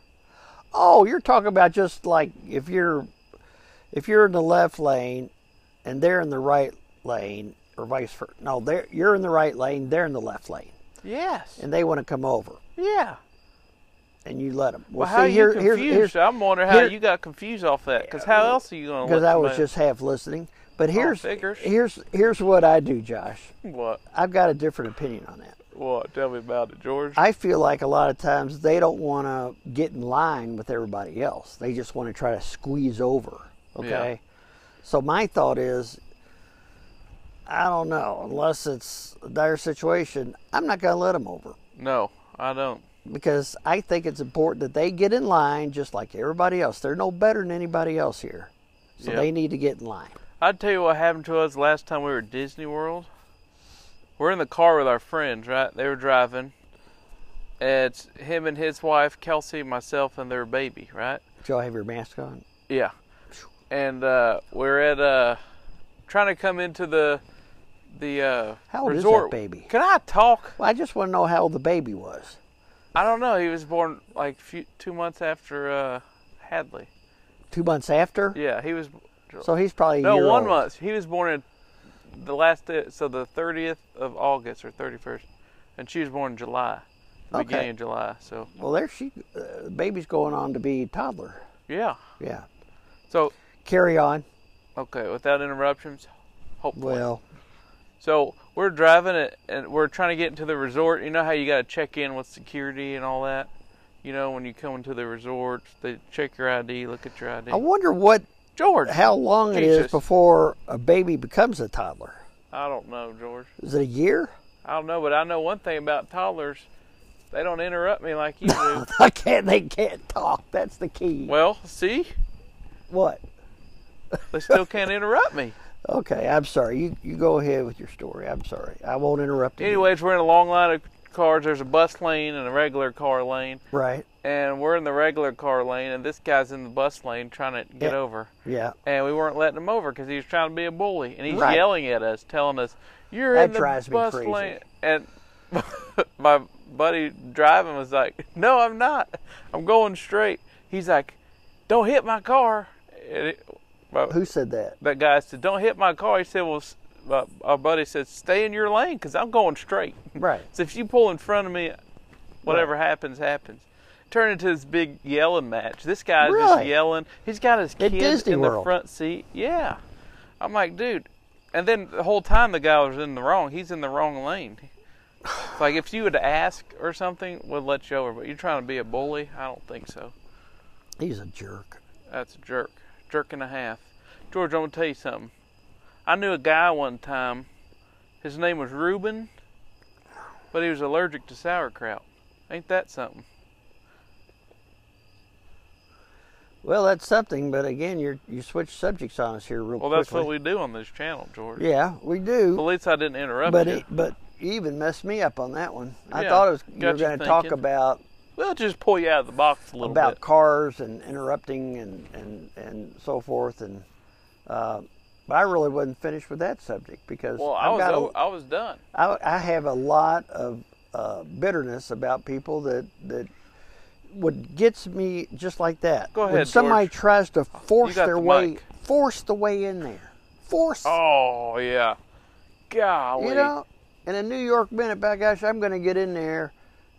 Speaker 1: Oh, you're talking about just like if you're if you're in the left lane and they're in the right lane or vice versa. No, they're you're in the right lane, they're in the left lane,
Speaker 2: Yes.
Speaker 1: and they want to come over,
Speaker 2: Yeah.
Speaker 1: and you let them.
Speaker 2: Well, how you confused? I'm wondering how
Speaker 1: here-
Speaker 2: you got confused off that. Because how else are you going to?
Speaker 1: because I was just half listening. But here's
Speaker 2: Oh, figures.
Speaker 1: here's here's what I do, Josh.
Speaker 2: what?
Speaker 1: I've got a different opinion on that.
Speaker 2: What? Tell me about it, George.
Speaker 1: I feel like a lot of times they don't want to get in line with everybody else. They just want to try to squeeze over. Okay. So my thought is, I don't know, unless it's a dire situation, I'm not going to let them over
Speaker 2: no, I don't.
Speaker 1: because I think it's important that they get in line just like everybody else. They're no better than anybody else here. So
Speaker 2: Yeah.
Speaker 1: they need to get in line.
Speaker 2: I'd tell you what happened to us last time we were at Disney World. We're in the car with our friends, right? They were driving. It's him and his wife, Kelsey, myself, and their baby, right?
Speaker 1: Do y'all have your mask on?
Speaker 2: Yeah. And uh, we're at uh, trying to come into the the uh,
Speaker 1: How old is that
Speaker 2: resort.
Speaker 1: baby?
Speaker 2: Can I talk?
Speaker 1: Well, I just want to know how old the baby was.
Speaker 2: I don't know. He was born like few, two months after uh, Hadley.
Speaker 1: Two months after?
Speaker 2: Yeah, he was.
Speaker 1: So he's probably a
Speaker 2: no,
Speaker 1: year
Speaker 2: one
Speaker 1: old.
Speaker 2: month. He was born in the last day, so the 30th of August or 31st, and she was born in July, the
Speaker 1: Okay.
Speaker 2: beginning of July. So
Speaker 1: Well, there she, uh, the baby's going on to be toddler.
Speaker 2: yeah.
Speaker 1: Yeah.
Speaker 2: So
Speaker 1: Carry on.
Speaker 2: okay, without interruptions, hopefully.
Speaker 1: Well,
Speaker 2: So we're driving it, and we're trying to get into the resort. You know how you got to check in with security and all that. You know when you come into the resort, they check your ID, look at your ID.
Speaker 1: I wonder what,
Speaker 2: George,
Speaker 1: how long it is
Speaker 2: Jesus.
Speaker 1: before a baby becomes a toddler.
Speaker 2: I don't know, George.
Speaker 1: Is it a year?
Speaker 2: I don't know, but I know one thing about toddlers. They don't interrupt me like you do.
Speaker 1: I can't. They can't talk. That's the key.
Speaker 2: well, see?
Speaker 1: What?
Speaker 2: They still can't interrupt me.
Speaker 1: Okay, I'm sorry. You you go ahead with your story. I'm sorry. I won't interrupt you.
Speaker 2: Anyways, we're in a long line of cars. There's a bus lane and a regular car lane.
Speaker 1: Right.
Speaker 2: And we're in the regular car lane, and this guy's in the bus lane trying to get
Speaker 1: Yeah.
Speaker 2: over.
Speaker 1: Yeah.
Speaker 2: And we weren't letting him over because he was trying to be a bully. And he's
Speaker 1: Right.
Speaker 2: yelling at us, telling us, You're
Speaker 1: That
Speaker 2: in the
Speaker 1: drives me
Speaker 2: bus
Speaker 1: crazy.
Speaker 2: lane. And my buddy driving was like, No, I'm not. I'm going straight. He's like, Don't hit my car. And it, my-
Speaker 1: Who said that?
Speaker 2: that guy said, "Don't hit my car." He said, "Well, s- my, our buddy said, stay in your lane because I'm going straight.
Speaker 1: Right.
Speaker 2: so if you pull in front of me, whatever happens, happens." Turned into this big yelling match. This guy's just
Speaker 1: Really?
Speaker 2: yelling. He's got his
Speaker 1: At
Speaker 2: kids
Speaker 1: Disney
Speaker 2: in the
Speaker 1: World.
Speaker 2: front seat. Yeah, I'm like, dude. And then the whole time the guy was in the wrong. He's in the wrong lane. It's like if you would ask or something, would let you over. But you're trying to be a bully. I don't think so.
Speaker 1: He's a jerk.
Speaker 2: That's a jerk. Jerk and a half. George, I'm going to tell you something. I knew a guy one time. His name was Reuben, but he was allergic to sauerkraut. Ain't that something?
Speaker 1: Well, that's something. But again, you you switch subjects on us here real
Speaker 2: Well,
Speaker 1: quickly.
Speaker 2: that's what we do on this channel, George.
Speaker 1: Yeah, we
Speaker 2: At
Speaker 1: do.
Speaker 2: least I didn't interrupt
Speaker 1: But
Speaker 2: you.
Speaker 1: it, but you even messed me up on that one. I
Speaker 2: Yeah,
Speaker 1: thought it was you
Speaker 2: got
Speaker 1: were
Speaker 2: you
Speaker 1: going to talk
Speaker 2: thinking.
Speaker 1: about
Speaker 2: we'll just pull you out of the box a little
Speaker 1: about
Speaker 2: bit.
Speaker 1: cars and interrupting and and and so forth and. Uh, but I really wasn't finished with that subject because
Speaker 2: Well,
Speaker 1: I've
Speaker 2: I was,
Speaker 1: got a-
Speaker 2: o- I was done.
Speaker 1: I, I have a lot of uh, bitterness about people that that what gets me just like that.
Speaker 2: Go
Speaker 1: When
Speaker 2: ahead,
Speaker 1: somebody
Speaker 2: George.
Speaker 1: tries to force
Speaker 2: You got
Speaker 1: their
Speaker 2: the
Speaker 1: way,
Speaker 2: mic.
Speaker 1: force the way in there, force.
Speaker 2: Oh, yeah. Golly.
Speaker 1: you know, in a New York minute, by gosh, I'm going to get in there,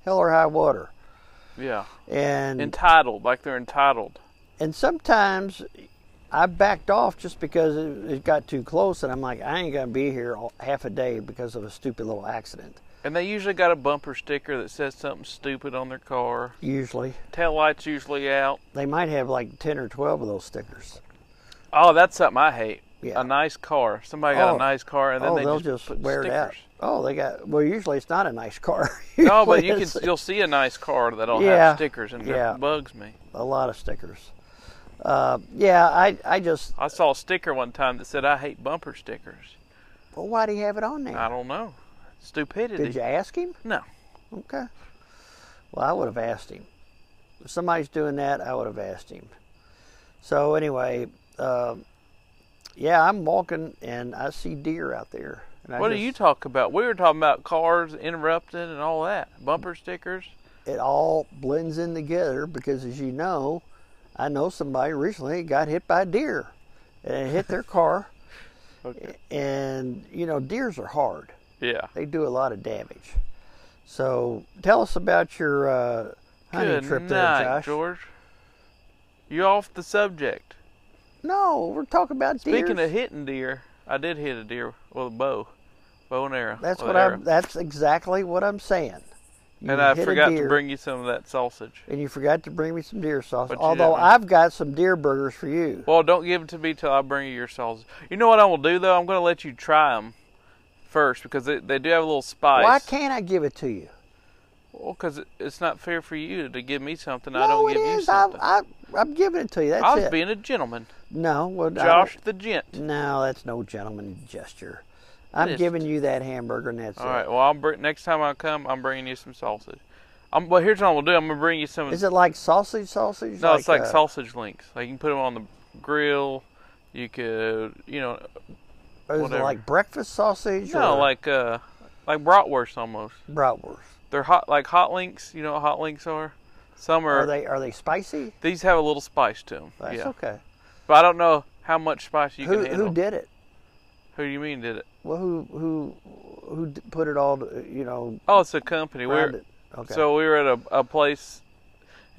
Speaker 1: hell or high water.
Speaker 2: yeah.
Speaker 1: And
Speaker 2: Entitled, like they're entitled.
Speaker 1: and sometimes I backed off just because it, it got too close, and I'm like, I ain't going to be here all, half a day because of a stupid little accident.
Speaker 2: And they usually got a bumper sticker that says something stupid on their car.
Speaker 1: Usually,
Speaker 2: Tail lights usually out.
Speaker 1: they might have like ten or twelve of those stickers.
Speaker 2: Oh, that's something I hate.
Speaker 1: Yeah.
Speaker 2: A nice car. Somebody got
Speaker 1: Oh.
Speaker 2: a nice car, and then
Speaker 1: oh,
Speaker 2: they
Speaker 1: they'll
Speaker 2: just,
Speaker 1: just,
Speaker 2: put
Speaker 1: wear it out.
Speaker 2: stickers.
Speaker 1: Oh, they got. Well, usually it's not a nice car.
Speaker 2: No, but
Speaker 1: Usually
Speaker 2: you can
Speaker 1: it's
Speaker 2: you'll see a nice car that'll
Speaker 1: Yeah.
Speaker 2: have stickers, and
Speaker 1: Yeah.
Speaker 2: it bugs me.
Speaker 1: a lot of stickers. Uh, yeah, I, I just.
Speaker 2: I saw a sticker one time that said, "I hate bumper stickers."
Speaker 1: Well, why do you have it on
Speaker 2: I
Speaker 1: there?
Speaker 2: don't know, stupidity.
Speaker 1: Did you ask him?
Speaker 2: No,
Speaker 1: Okay. Well, I would have asked him. If somebody's doing that, I would have asked him. So anyway, um yeah, I'm walking and I see deer out there. And I
Speaker 2: what
Speaker 1: just,
Speaker 2: do you talk about? We were talking about cars interrupting and all that, bumper stickers.
Speaker 1: it all blends in together because as you know, I know somebody recently got hit by a deer and it hit their car.
Speaker 2: Okay.
Speaker 1: And you know, deers are hard.
Speaker 2: Yeah.
Speaker 1: They do a lot of damage. So tell us about your uh, hunting
Speaker 2: Good
Speaker 1: trip
Speaker 2: night,
Speaker 1: there, Josh.
Speaker 2: George. You off the subject.
Speaker 1: No, we're talking about
Speaker 2: Speaking
Speaker 1: deers.
Speaker 2: of hitting deer, I did hit a deer with a bow, bow and arrow.
Speaker 1: that's
Speaker 2: with
Speaker 1: what
Speaker 2: an arrow.
Speaker 1: I'm. That's exactly what I'm saying. You
Speaker 2: And I
Speaker 1: hit a
Speaker 2: forgot to
Speaker 1: deer,
Speaker 2: bring you some of that sausage.
Speaker 1: And you forgot to bring me some deer sauce.
Speaker 2: But you
Speaker 1: Although
Speaker 2: didn't.
Speaker 1: I've got some deer burgers for you.
Speaker 2: Well, don't give it to me till I bring you your sausage. You know what I will do though? I'm going to let you try them first because they, they do have a little spice.
Speaker 1: Why can't I give it to you?
Speaker 2: Well, because it's not fair for you to give me something I
Speaker 1: no,
Speaker 2: don't
Speaker 1: it
Speaker 2: give you
Speaker 1: is. I,
Speaker 2: something.
Speaker 1: I, I'm giving it Mm, to you. That's
Speaker 2: I was
Speaker 1: it.
Speaker 2: being a gentleman.
Speaker 1: No, well, I don't-
Speaker 2: Josh the gent.
Speaker 1: No, that's no gentleman gesture. I'm
Speaker 2: It is.
Speaker 1: giving you that hamburger, and that's
Speaker 2: All
Speaker 1: it.
Speaker 2: right. Well, I'll bring, next time I come, I'm bringing you some sausage. I'm, well, here's what I'm gonna do. I'm gonna bring you some.
Speaker 1: Is it like sausage, sausage?
Speaker 2: no, it's like
Speaker 1: uh,
Speaker 2: sausage links. Like you can put them on the grill. You could, you know,
Speaker 1: uh, Is it
Speaker 2: whatever.
Speaker 1: like breakfast sausage?
Speaker 2: no,
Speaker 1: or
Speaker 2: like uh, like bratwurst almost.
Speaker 1: bratwurst.
Speaker 2: They're hot, like hot links. You know what hot links are? Some are.
Speaker 1: Are they are they spicy?
Speaker 2: these have a little spice to them.
Speaker 1: That's
Speaker 2: yeah.
Speaker 1: okay.
Speaker 2: But I don't know how much spice you
Speaker 1: Who
Speaker 2: can handle.
Speaker 1: who did it?
Speaker 2: Who do you mean did it?
Speaker 1: Well, who who who d- put it all? To, you know,
Speaker 2: Oh, it's a company. We're,
Speaker 1: around it? okay.
Speaker 2: So we were at a, a place,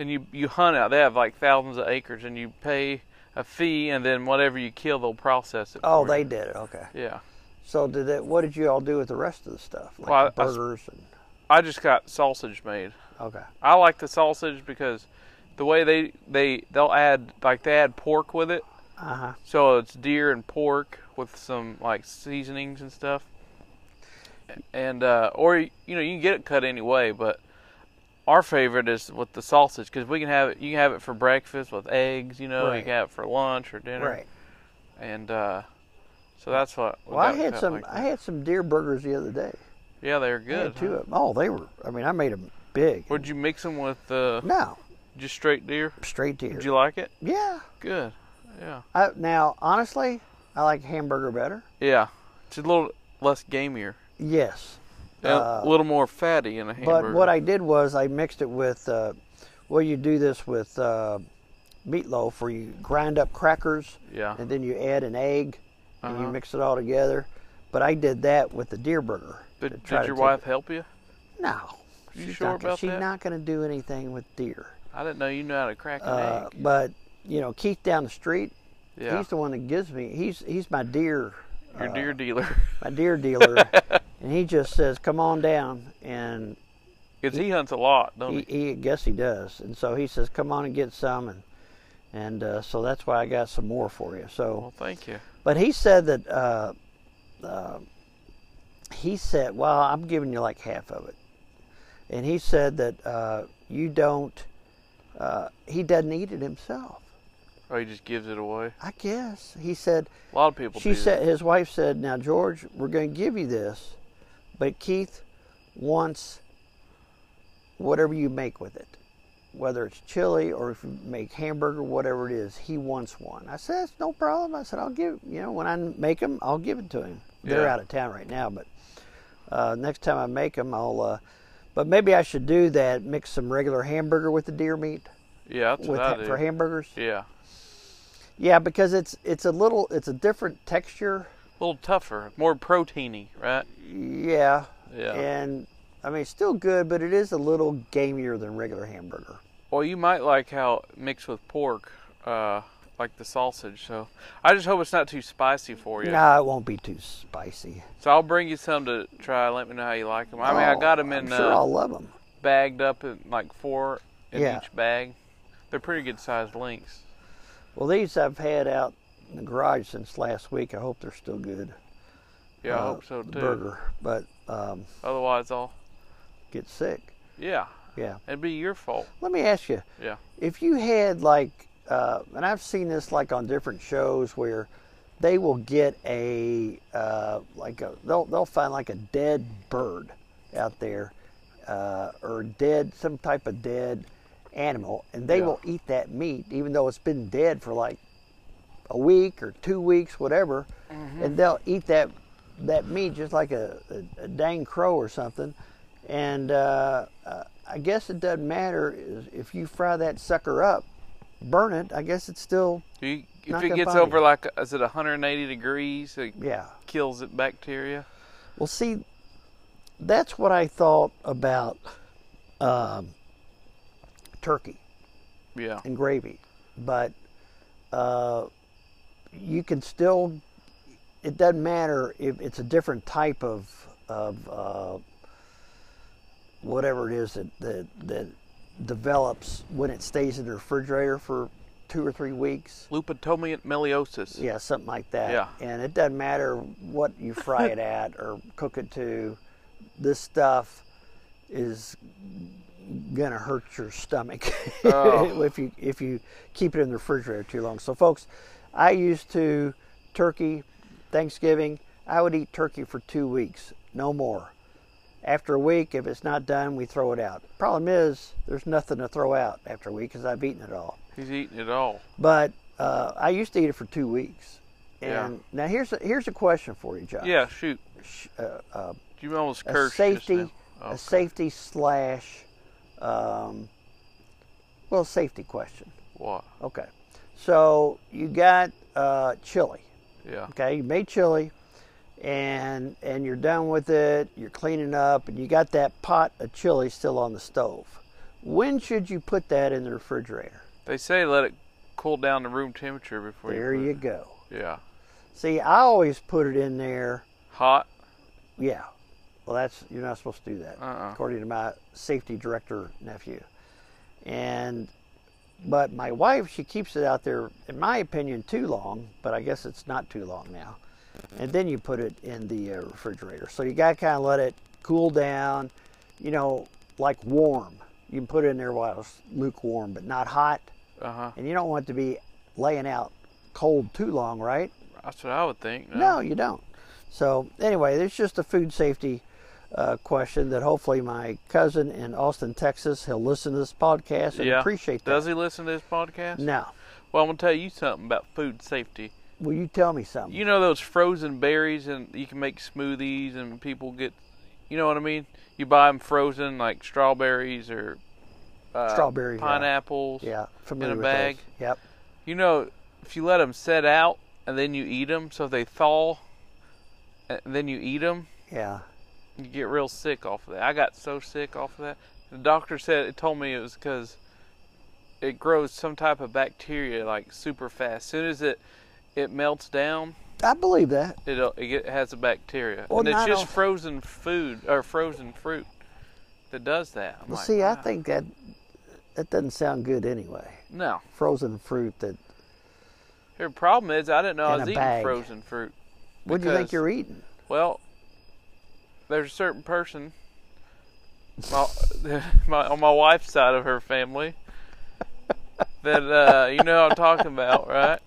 Speaker 2: and you you hunt out. They have like thousands of acres, and you pay a fee, and then whatever you kill, they'll process it.
Speaker 1: oh,
Speaker 2: for
Speaker 1: they
Speaker 2: you.
Speaker 1: did it. Okay.
Speaker 2: Yeah,
Speaker 1: So did it, what did you all do with the rest of the stuff? Like
Speaker 2: Well,
Speaker 1: the
Speaker 2: I- I s-
Speaker 1: burgers and
Speaker 2: I just got sausage made.
Speaker 1: okay.
Speaker 2: I like the sausage because the way they they they'll add like they add pork with it,
Speaker 1: Uh huh.
Speaker 2: so it's deer and pork with some like seasonings and stuff. And uh, or you know you can get it cut anyway, but our favorite is with the sausage because we can have it. You can have it for breakfast with eggs, you know. You
Speaker 1: Right.
Speaker 2: can have it for lunch or dinner,
Speaker 1: Right.
Speaker 2: and uh, so that's what.
Speaker 1: Well, I
Speaker 2: that
Speaker 1: had
Speaker 2: felt
Speaker 1: some
Speaker 2: like.
Speaker 1: I had some deer burgers the other day.
Speaker 2: yeah, they're
Speaker 1: I
Speaker 2: good.
Speaker 1: had two
Speaker 2: huh?
Speaker 1: of them. Oh, they were. I mean, I made them big.
Speaker 2: Would you mix them with uh,
Speaker 1: No,
Speaker 2: just straight deer?
Speaker 1: straight deer.
Speaker 2: Did you like it?
Speaker 1: yeah.
Speaker 2: Good. Yeah.
Speaker 1: I, now, honestly, I like hamburger better.
Speaker 2: Yeah. It's a little less gamier.
Speaker 1: Yes,
Speaker 2: Yeah, a little more fatty in a hamburger.
Speaker 1: Uh, but what I did was I mixed it with. Uh, well, you do this with uh, meatloaf, where you grind up crackers,
Speaker 2: Yeah.
Speaker 1: and then you add an egg, and you
Speaker 2: Uh-huh.
Speaker 1: mix it all together. But I did that with the deer burger. to
Speaker 2: Did,
Speaker 1: try
Speaker 2: did
Speaker 1: to
Speaker 2: your
Speaker 1: take
Speaker 2: wife
Speaker 1: it-
Speaker 2: help you?
Speaker 1: No.
Speaker 2: You
Speaker 1: she's
Speaker 2: sure
Speaker 1: not gonna,
Speaker 2: about
Speaker 1: She's
Speaker 2: that?
Speaker 1: not going to do anything with deer.
Speaker 2: I didn't know you knew how to crack an
Speaker 1: Uh,
Speaker 2: egg.
Speaker 1: but you know, Keith down the street,
Speaker 2: Yeah.
Speaker 1: he's the one that gives me. He's he's my deer,
Speaker 2: Your deer
Speaker 1: uh,
Speaker 2: dealer.
Speaker 1: my deer dealer, and he just says, "Come on down," and
Speaker 2: Because he hunts a lot, don't
Speaker 1: he,
Speaker 2: he?
Speaker 1: he I guess he does, and so he says, "Come on and get some," and and uh, so that's why I got some more for you. So,
Speaker 2: Well, thank you.
Speaker 1: but he said that uh, uh, he said, "Well, I'm giving you like half of it," and he said that uh, you don't. Uh, he doesn't eat it himself.
Speaker 2: Or Oh, he just gives it away.
Speaker 1: I guess he said.
Speaker 2: A lot of people
Speaker 1: She
Speaker 2: do
Speaker 1: said, his wife said, now, George, we're going to give you this, but Keith wants whatever you make with it, whether it's chili or if you make hamburger, whatever it is, he wants one. I said, it's no problem. I said, I'll give, you know, when I make them, I'll give it to him. They're
Speaker 2: Yeah.
Speaker 1: out of town right now, but uh, next time I make them, I'll, uh, but maybe I should do that, mix some regular hamburger with the deer meat
Speaker 2: that. Yeah, that's
Speaker 1: with,
Speaker 2: what I
Speaker 1: ha-
Speaker 2: do.
Speaker 1: for hamburgers.
Speaker 2: Yeah.
Speaker 1: Yeah, because it's, it's a little, it's a different texture.
Speaker 2: A little tougher. More proteiny, right?
Speaker 1: Yeah.
Speaker 2: Yeah.
Speaker 1: And I mean, it's still good, but it is a little gamier than regular hamburger.
Speaker 2: Well, you might like how it mixed with pork, uh, like the sausage. So I just hope it's not too spicy for you.
Speaker 1: No, Nah, it won't be too spicy.
Speaker 2: So I'll bring you some to try. Let me know how you like them. I mean, I
Speaker 1: Oh,
Speaker 2: got them
Speaker 1: I'm
Speaker 2: in
Speaker 1: sure
Speaker 2: uh,
Speaker 1: I'll love them.
Speaker 2: bagged up in like four in
Speaker 1: Yeah.
Speaker 2: each bag. They're pretty good sized links.
Speaker 1: Well, these I've had out in the garage since last week. I hope they're still good.
Speaker 2: Yeah, I
Speaker 1: Uh,
Speaker 2: hope so
Speaker 1: the
Speaker 2: too.
Speaker 1: Burger, but um,
Speaker 2: Otherwise, I'll
Speaker 1: get sick.
Speaker 2: yeah,
Speaker 1: Yeah.
Speaker 2: it'd be your fault.
Speaker 1: Let me ask you.
Speaker 2: Yeah,
Speaker 1: if you had like uh, and i've seen this like on different shows where they will get a uh, like a they'll, they'll find like a dead bird out there uh, or dead some type of dead animal and they
Speaker 2: Yeah.
Speaker 1: will eat that meat even though it's been dead for like a week or two weeks whatever and they'll eat that that meat just like a, a, a dang crow or something and uh, uh, I guess it doesn't matter is if you fry that sucker up, burn it. I guess it's still
Speaker 2: Do you, if
Speaker 1: Not
Speaker 2: it
Speaker 1: gonna
Speaker 2: gets
Speaker 1: bother
Speaker 2: over
Speaker 1: you.
Speaker 2: like is it 180 degrees, it
Speaker 1: yeah.
Speaker 2: kills it bacteria.
Speaker 1: Well, see, that's what I thought about um, turkey
Speaker 2: Yeah,
Speaker 1: and gravy, but uh, you can still. It doesn't matter if it's a different type of of uh, whatever it is that, that that develops when it stays in the refrigerator for two or three weeks.
Speaker 2: meliosis.
Speaker 1: Yeah, something like that.
Speaker 2: Yeah.
Speaker 1: And it doesn't matter what you fry it at or cook it to, this stuff is gonna hurt your stomach
Speaker 2: Oh.
Speaker 1: if you if you keep it in the refrigerator too long. So folks, I used to turkey Thanksgiving. I would eat turkey for two weeks, no more. After a week, if it's not done, we throw it out. Problem is, there's nothing to throw out after a week because I've eaten it all.
Speaker 2: He's eating it all.
Speaker 1: But uh, I used to eat it for two weeks.
Speaker 2: Yeah.
Speaker 1: And now here's a, here's a question for you, Josh.
Speaker 2: Yeah, shoot.
Speaker 1: Sh- uh, uh,
Speaker 2: You almost
Speaker 1: a
Speaker 2: cursed just
Speaker 1: safety,
Speaker 2: now. Oh,
Speaker 1: a safety slash, um, well, safety question.
Speaker 2: what?
Speaker 1: Okay, so you got uh, chili.
Speaker 2: Yeah.
Speaker 1: Okay, you made chili, and and you're done with it. You're cleaning up, and you got that pot of chili still on the stove. When should you put that in the refrigerator?
Speaker 2: They say let it cool down to room temperature before
Speaker 1: There
Speaker 2: you.
Speaker 1: you go.
Speaker 2: put it- Yeah.
Speaker 1: See, I always put it in there.
Speaker 2: Hot.
Speaker 1: Yeah. Well, that's you're not supposed to do that,
Speaker 2: Uh-uh.
Speaker 1: according to my safety director nephew. And but my wife, she keeps it out there, in my opinion, too long. But I guess it's not too long now. And then you put it in the uh, refrigerator. So you got to kind of let it cool down, you know, like warm. You can put it in there while it's lukewarm, but not hot.
Speaker 2: Uh huh.
Speaker 1: And you don't want it to be laying out cold too long, right?
Speaker 2: That's what I would think.
Speaker 1: No, you don't. So anyway, it's just a food safety uh, question that hopefully my cousin in Austin, Texas, he'll listen to this podcast and
Speaker 2: Yeah.
Speaker 1: appreciate that.
Speaker 2: Does he listen to this podcast?
Speaker 1: Now,
Speaker 2: Well, I'm gonna tell you something about food safety.
Speaker 1: will you tell me something?
Speaker 2: You know those frozen berries, and you can make smoothies, and people get, you know what I mean? You buy them frozen, like strawberries or uh,
Speaker 1: Strawberry, yeah.
Speaker 2: pineapples.
Speaker 1: yeah, familiar
Speaker 2: in a
Speaker 1: with
Speaker 2: bag.
Speaker 1: those. Yep.
Speaker 2: You know, if you let them set out and then you eat them, so they thaw, and then you eat them,
Speaker 1: Yeah.
Speaker 2: you get real sick off of that. I got so sick off of that. The doctor said it told me it was because it grows some type of bacteria like super fast. As soon as it it melts down,
Speaker 1: I believe that.
Speaker 2: it uh, it get- has a bacteria,
Speaker 1: Well,
Speaker 2: and it's
Speaker 1: not
Speaker 2: just
Speaker 1: all-
Speaker 2: frozen food or frozen fruit that does that. I'm
Speaker 1: Well,
Speaker 2: like,
Speaker 1: see, I
Speaker 2: "Ah,
Speaker 1: think that that doesn't sound good anyway.
Speaker 2: no.
Speaker 1: Frozen fruit that.
Speaker 2: Here, the problem is I didn't know
Speaker 1: In
Speaker 2: I
Speaker 1: a
Speaker 2: was eating
Speaker 1: bag.
Speaker 2: frozen fruit.
Speaker 1: What do you think
Speaker 2: Because-
Speaker 1: you're eating?
Speaker 2: Well, there's a certain person my, my, on my wife's side of her family that uh, you know I'm talking about, right?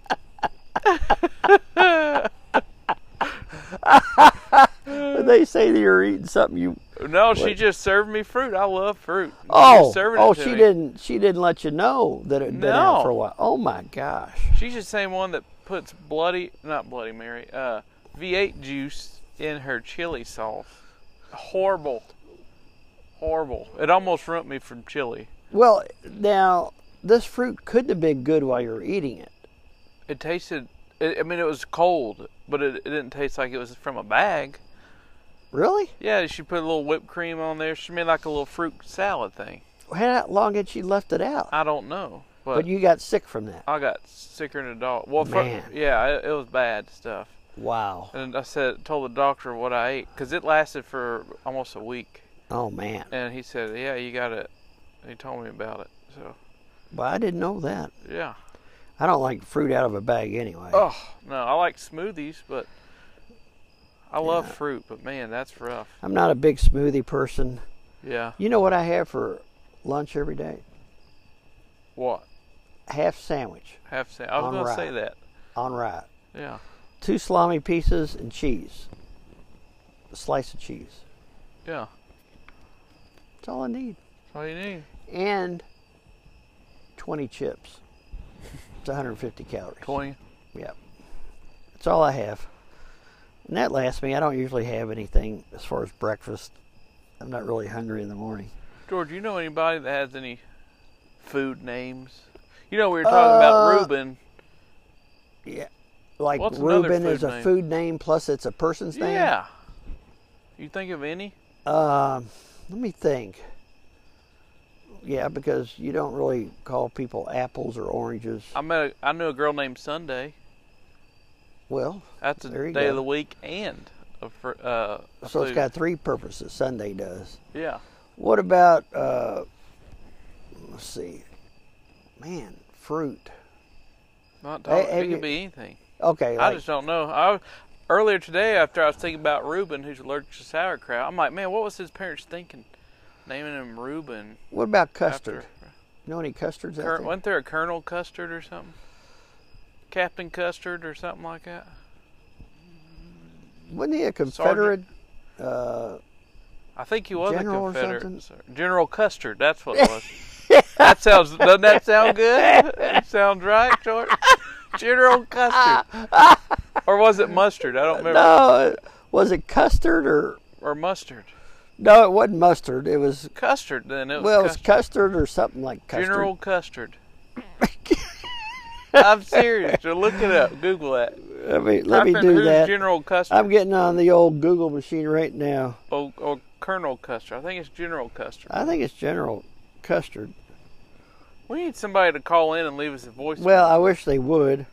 Speaker 1: They say that you're eating something you.
Speaker 2: No, she just served me fruit. I love fruit. She
Speaker 1: Oh,
Speaker 2: was serving it
Speaker 1: oh,
Speaker 2: to
Speaker 1: she
Speaker 2: me.
Speaker 1: didn't. She didn't let you know that it had been
Speaker 2: No.
Speaker 1: out for a while. Oh my gosh.
Speaker 2: She's the same one that puts bloody, not bloody Mary, uh, V8 juice in her chili sauce. Horrible, horrible. It almost ruined me from chili.
Speaker 1: Well, now this fruit couldn't have been good while you were eating it.
Speaker 2: It tasted. It, I mean, it was cold, but it, it didn't taste like it was from a bag.
Speaker 1: Really?
Speaker 2: Yeah, she put a little whipped cream on there. She made like a little fruit salad thing.
Speaker 1: How long had she left it out?
Speaker 2: I don't know, but,
Speaker 1: But you got sick from that.
Speaker 2: I got sicker than a dog. Well, fir-
Speaker 1: Man.
Speaker 2: yeah, it, it was bad stuff.
Speaker 1: Wow.
Speaker 2: And I said, told the doctor what I ate because it lasted for almost a week,
Speaker 1: Oh man.
Speaker 2: and he said, yeah, you got it. He told me about it. So
Speaker 1: Well, I didn't know that.
Speaker 2: yeah.
Speaker 1: I don't like fruit out of a bag anyway.
Speaker 2: Oh no, I like smoothies, but I love fruit. But man, that's rough.
Speaker 1: I'm not a big smoothie person.
Speaker 2: Yeah.
Speaker 1: You know what I have for lunch every day?
Speaker 2: What?
Speaker 1: Half sandwich
Speaker 2: Half say. I was
Speaker 1: On
Speaker 2: gonna
Speaker 1: rye.
Speaker 2: say that.
Speaker 1: on rye,
Speaker 2: Yeah.
Speaker 1: two salami pieces and cheese, a slice of cheese.
Speaker 2: Yeah.
Speaker 1: That's all I need.
Speaker 2: That's all you need.
Speaker 1: And 20 chips. It's 150 calories.
Speaker 2: Twenty.
Speaker 1: Yeah. That's all I have. And that lasts me. I don't usually have anything as far as breakfast. I'm not really hungry in the morning.
Speaker 2: George, you know anybody that has any food names? You know we were talking about
Speaker 1: Uh,
Speaker 2: Reuben.
Speaker 1: Yeah. Like
Speaker 2: What's another
Speaker 1: Reuben is
Speaker 2: food
Speaker 1: a
Speaker 2: name?
Speaker 1: food name plus it's a person's name.
Speaker 2: Yeah. You think of any?
Speaker 1: Um, let me think. Yeah, because you don't really call people apples or oranges.
Speaker 2: I met a, I knew a girl named Sunday.
Speaker 1: Well,
Speaker 2: That's a
Speaker 1: There
Speaker 2: day
Speaker 1: you
Speaker 2: of
Speaker 1: go.
Speaker 2: the week and a fr- uh a
Speaker 1: so it's
Speaker 2: food.
Speaker 1: got three purposes. Sunday does.
Speaker 2: yeah.
Speaker 1: What about uh let's see. Man, fruit.
Speaker 2: Not talking,
Speaker 1: Hey, have
Speaker 2: it
Speaker 1: you-
Speaker 2: could be anything.
Speaker 1: Okay,
Speaker 2: I
Speaker 1: like,
Speaker 2: just don't know. I earlier today after I was thinking about Reuben who's allergic to sauerkraut, I'm like, man, what was his parents thinking? Naming him Reuben
Speaker 1: what about custard?
Speaker 2: after
Speaker 1: You know any custards out
Speaker 2: Cur-
Speaker 1: there?
Speaker 2: wasn't there a Colonel Custard or something? Captain Custard or something like that?
Speaker 1: Wasn't he a Confederate?
Speaker 2: I think he was
Speaker 1: General or
Speaker 2: a Confederate.
Speaker 1: something?
Speaker 2: sir. General Custard, that's what it was. that sounds doesn't that sound good? That sounds right, George. General Custard. or was it mustard? I don't remember.
Speaker 1: No, was it custard or
Speaker 2: Or mustard.
Speaker 1: no? It wasn't mustard. It was
Speaker 2: Custard then it was
Speaker 1: well, it was
Speaker 2: custard.
Speaker 1: custard or something like custard.
Speaker 2: General Custard. I'm serious. Joe. Look it up. Google that.
Speaker 1: Let me let me
Speaker 2: Type in
Speaker 1: do
Speaker 2: who's
Speaker 1: that.
Speaker 2: General Custard
Speaker 1: I'm getting on the old Google machine right now.
Speaker 2: or, or Colonel Custard. I think it's General Custard.
Speaker 1: I think it's General Custard.
Speaker 2: We need somebody to call in and leave us a voice.
Speaker 1: Well, I wish they would.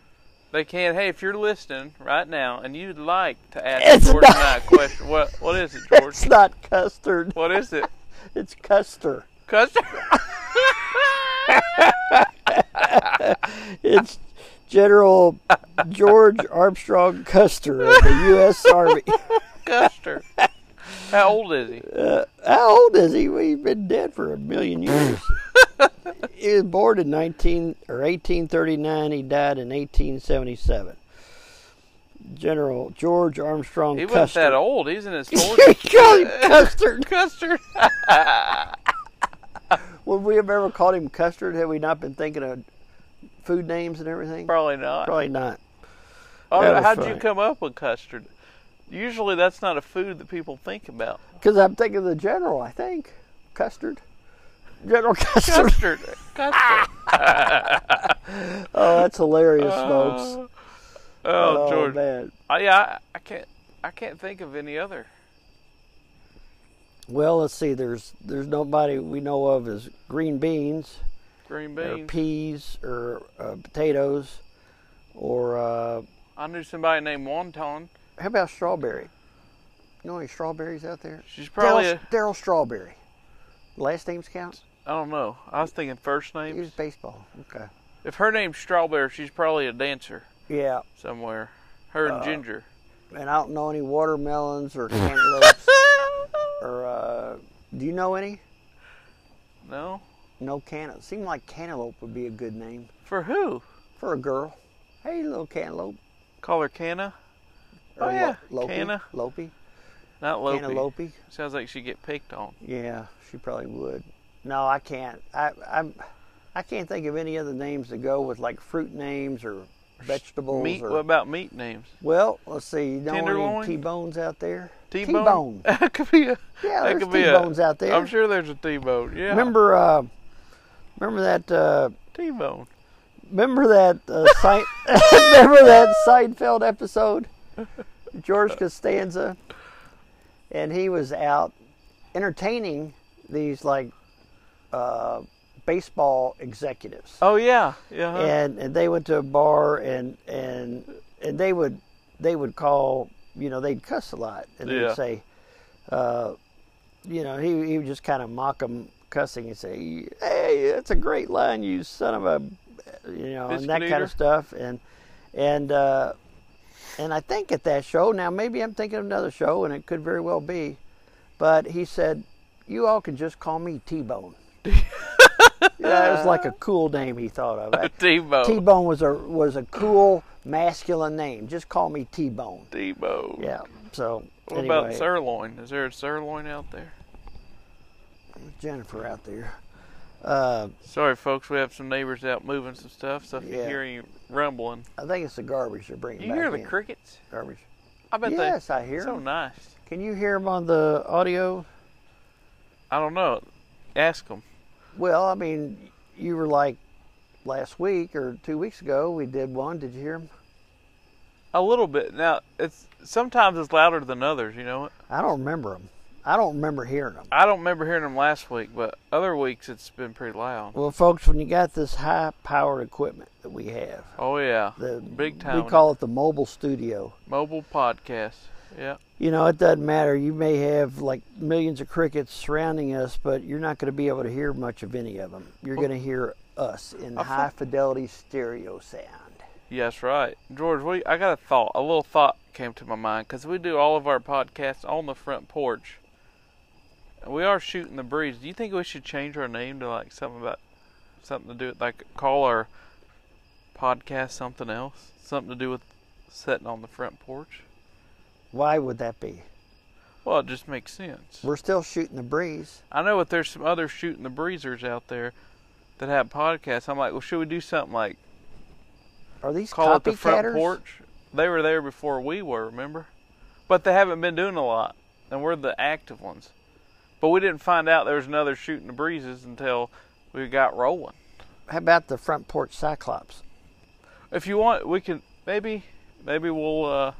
Speaker 2: They can. Hey, if you're listening right now and you'd like to
Speaker 1: It's
Speaker 2: ask George
Speaker 1: not-
Speaker 2: and I a question, what what is it, George?
Speaker 1: It's not custard.
Speaker 2: What is it?
Speaker 1: It's custard.
Speaker 2: Custard.
Speaker 1: It's General George Armstrong Custer of the U.S. Army.
Speaker 2: Custard. How old is he?
Speaker 1: How old is he? Well, He's been dead for a million years. he was born in 19 or 1839. He died in 1877. General George Armstrong
Speaker 2: He wasn't that
Speaker 1: Custer.
Speaker 2: old. He's in his forties.
Speaker 1: Custard.
Speaker 2: Custard.
Speaker 1: Would we have ever called him Custard had we not been thinking of food names and everything?
Speaker 2: Probably not.
Speaker 1: Probably not.
Speaker 2: Oh,
Speaker 1: That was
Speaker 2: how'd you
Speaker 1: funny.
Speaker 2: come up with custard? Usually, that's not a food that people think about.
Speaker 1: Because I'm thinking of the general, I think. Custard. General Custard.
Speaker 2: Custard. custard.
Speaker 1: Oh, that's hilarious, folks.
Speaker 2: Oh,
Speaker 1: Oh,
Speaker 2: George.
Speaker 1: man.
Speaker 2: I, yeah, I, I can't. I can't think of any other.
Speaker 1: Well, let's see. There's there's nobody we know of as green beans
Speaker 2: Green
Speaker 1: or
Speaker 2: beans.
Speaker 1: peas or uh, potatoes or uh,
Speaker 2: I knew somebody named Wonton.
Speaker 1: how about strawberry? You know any strawberries out there?
Speaker 2: She's probably.
Speaker 1: Daryl,
Speaker 2: A,
Speaker 1: Daryl Strawberry. Last names count.
Speaker 2: I don't know. I was thinking first
Speaker 1: He was
Speaker 2: names.
Speaker 1: baseball. Okay.
Speaker 2: If her name's Strawberry, she's probably a dancer
Speaker 1: Yeah,
Speaker 2: somewhere. Her
Speaker 1: Uh.
Speaker 2: and Ginger.
Speaker 1: and I don't know any watermelons or cantaloupes or uh, do you know any?
Speaker 2: No.
Speaker 1: No cantaloupe. Seemed like cantaloupe would be a good name
Speaker 2: For who?
Speaker 1: for a girl. Hey, little cantaloupe.
Speaker 2: Call her Canna.
Speaker 1: Or
Speaker 2: Oh, yeah.
Speaker 1: Lo- Lopi.
Speaker 2: Canna.
Speaker 1: Lopi.
Speaker 2: Not Lopi.
Speaker 1: Cantaloupe.
Speaker 2: Sounds like she get picked on.
Speaker 1: Yeah, she probably would. No, I can't. I I'm, I can't think of any other names to go with like fruit names or vegetables.
Speaker 2: Meat.
Speaker 1: or,
Speaker 2: What about meat names?
Speaker 1: well, let's see. You know
Speaker 2: Tenderloin?
Speaker 1: any T-bones out there?
Speaker 2: T-bone. that could be a.
Speaker 1: Yeah,
Speaker 2: that
Speaker 1: there's
Speaker 2: could be a-
Speaker 1: T-bones out there.
Speaker 2: I'm sure there's a T-bone. Yeah.
Speaker 1: Remember, uh, remember that. Uh,
Speaker 2: T-bone.
Speaker 1: Remember that uh, Sein- remember that Seinfeld episode, George Costanza, and he was out entertaining these like uh, baseball executives,
Speaker 2: Oh yeah. Yeah. huh?
Speaker 1: and, and they went to a bar and and and they would they would call you know they'd cuss a lot and they'd
Speaker 2: Yeah.
Speaker 1: say, uh, you know he he would just kind of mock them cussing and say hey that's a great line you son of a you know and that
Speaker 2: Biscuit
Speaker 1: kind
Speaker 2: eater.
Speaker 1: of stuff and and uh, and I think at that show now maybe I'm thinking of another show and it could very well be, but he said you all can just call me T Bone. yeah, it was like a cool name he thought of.
Speaker 2: T-bone.
Speaker 1: T Bone was a was a cool masculine name. Just call me T Bone.
Speaker 2: T-bone.
Speaker 1: Yeah. So
Speaker 2: What
Speaker 1: anyway,
Speaker 2: about sirloin? Is there a sirloin out there?
Speaker 1: Jennifer out there. Uh,
Speaker 2: Sorry, folks. We have some neighbors out moving some stuff, so if you
Speaker 1: Yeah.
Speaker 2: hear any rumbling,
Speaker 1: I think it's the garbage they're bringing
Speaker 2: you
Speaker 1: back
Speaker 2: hear the
Speaker 1: in.
Speaker 2: crickets.
Speaker 1: Garbage.
Speaker 2: I bet they.
Speaker 1: Yes, I hear
Speaker 2: So
Speaker 1: 'em.
Speaker 2: nice.
Speaker 1: Can you hear them on the audio?
Speaker 2: I don't know. Ask them.
Speaker 1: Well, I mean, you were like last week or two weeks ago. We did one. Did you hear them?
Speaker 2: A little bit. Now it's sometimes it's louder than others. You know.
Speaker 1: I don't remember them. I don't remember hearing them.
Speaker 2: I don't remember hearing them last week, but other weeks it's been pretty loud.
Speaker 1: Well, folks, when you got this high-powered equipment that we have,
Speaker 2: Oh yeah.
Speaker 1: the
Speaker 2: Big time.
Speaker 1: we call it the mobile studio.
Speaker 2: mobile podcast. Yeah.
Speaker 1: you know, it doesn't matter. You may have like millions of crickets surrounding us, but you're not going to be able to hear much of any of them. You're going to hear us in high fidelity stereo sound.
Speaker 2: Yes, right, George. We I got a thought. A little thought came to my mind because we do all of our podcasts on the front porch. And we are shooting the breeze. Do you think we should change our name to like something about something to do with like call our podcast something else? Something to do with sitting on the front porch?
Speaker 1: Why would that be?
Speaker 2: Well, it just makes sense.
Speaker 1: We're still shooting the breeze.
Speaker 2: I know if there's some other shooting the breezers out there that have podcasts, I'm like, well, should we do something like
Speaker 1: Are these
Speaker 2: call it the front
Speaker 1: copycatters?
Speaker 2: porch? They were there before we were, remember? But they haven't been doing a lot, and we're the active ones. But we didn't find out there was another shooting the breezes until we got rolling.
Speaker 1: How about the front porch cyclops?
Speaker 2: If you want, we can maybe maybe we'll uh,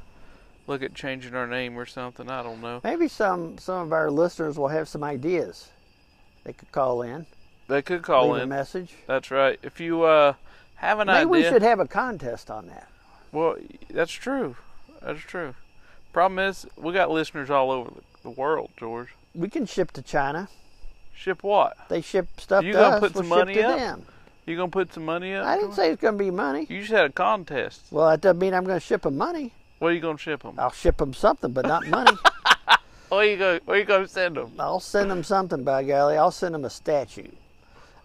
Speaker 2: look at changing our name or something. I don't know.
Speaker 1: Maybe some some of our listeners will have some ideas. They could call in,
Speaker 2: They could call
Speaker 1: leave a
Speaker 2: in.
Speaker 1: message.
Speaker 2: That's right. If you uh, have an
Speaker 1: Maybe
Speaker 2: idea,
Speaker 1: we should have a contest on that.
Speaker 2: well, that's true. That's true. Problem is, we got listeners all over the- the world, George.
Speaker 1: We can ship to China.
Speaker 2: Ship what?
Speaker 1: They ship stuff
Speaker 2: You
Speaker 1: to
Speaker 2: gonna
Speaker 1: us.
Speaker 2: put
Speaker 1: we'll ship
Speaker 2: some money
Speaker 1: to
Speaker 2: up?
Speaker 1: them.
Speaker 2: You gonna put some money up?
Speaker 1: I
Speaker 2: to
Speaker 1: didn't
Speaker 2: it?
Speaker 1: say it's going to be money.
Speaker 2: You just had a contest.
Speaker 1: Well, that doesn't mean I'm going to ship them money.
Speaker 2: Where you gonna ship them?
Speaker 1: I'll ship them something, but not money.
Speaker 2: Where you go? Where you gonna send them?
Speaker 1: I'll send them something, by golly. I'll send them a statue.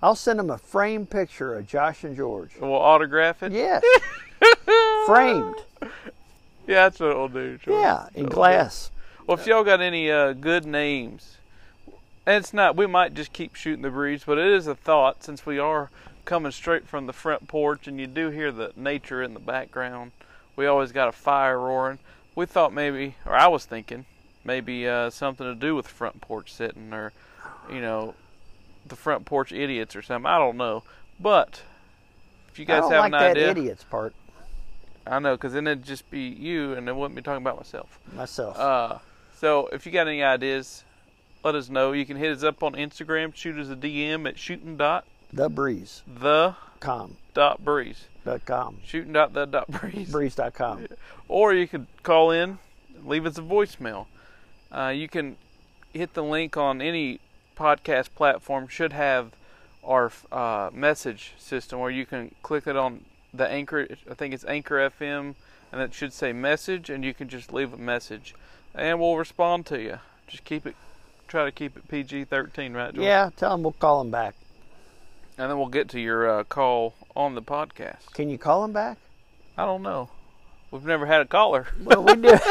Speaker 1: I'll send them a framed picture of Josh and George.
Speaker 2: We'll autograph it.
Speaker 1: Yes. framed.
Speaker 2: Yeah, that's what we'll do. George.
Speaker 1: Yeah, in glass.
Speaker 2: Well, if y'all got any uh, good names, and it's not, we might just keep shooting the breeze, but it is a thought since we are coming straight from the front porch and you do hear the nature in the background. We always got a fire roaring. We thought maybe, or I was thinking, maybe uh, something to do with the front porch sitting or, you know, the front porch idiots or something. I don't know. But if you
Speaker 1: I
Speaker 2: guys
Speaker 1: don't
Speaker 2: have
Speaker 1: like
Speaker 2: an
Speaker 1: that
Speaker 2: idea,
Speaker 1: idiots part
Speaker 2: I know, because then it'd just be you and it wouldn't be talking about myself.
Speaker 1: myself.
Speaker 2: Uh, so if you got any ideas, let us know. You can hit us up on Instagram. Shoot us a DM at shooting dot
Speaker 1: thebreeze.com.
Speaker 2: the dot breeze.
Speaker 1: Dot com.
Speaker 2: Shooting dot the dot breeze.
Speaker 1: Breeze.com.
Speaker 2: Or you could call in, leave us a voicemail. Uh, you can hit the link on any podcast platform. Should have our uh, message system, or you can click it on the anchor. I think it's Anchor FM, and it should say message, and you can just leave a message, and we'll respond to you. Just keep it. Try to keep it PG thirteen, right? George?
Speaker 1: Yeah, tell them we'll call them back.
Speaker 2: And then we'll get to your uh, call on the podcast.
Speaker 1: Can you call them back?
Speaker 2: I don't know. We've never had a caller.
Speaker 1: Well, we do.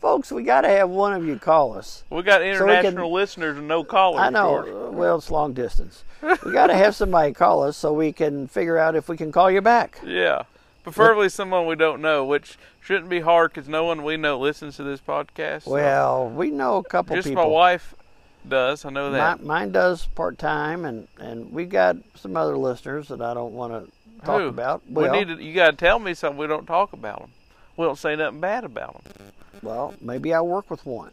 Speaker 1: Folks, we got to have one of you call us.
Speaker 2: We got
Speaker 1: we can-
Speaker 2: international listeners and no callers.
Speaker 1: I know.
Speaker 2: George.
Speaker 1: uh, Well, it's long distance. We got to have somebody call us so we can figure out if we can call you back.
Speaker 2: Yeah. Preferably someone we don't know, which shouldn't be hard because no one we know listens to this podcast. so-
Speaker 1: Well, we know a couple
Speaker 2: just
Speaker 1: people.
Speaker 2: my wife does. I know that.
Speaker 1: Mi- mine does part time, and and we got some other listeners that I don't want to talk
Speaker 2: Who?
Speaker 1: about.
Speaker 2: we
Speaker 1: Well,
Speaker 2: need to, you got to tell me something we don't talk about them. We don't say nothing bad about them.
Speaker 1: well, maybe I work with one.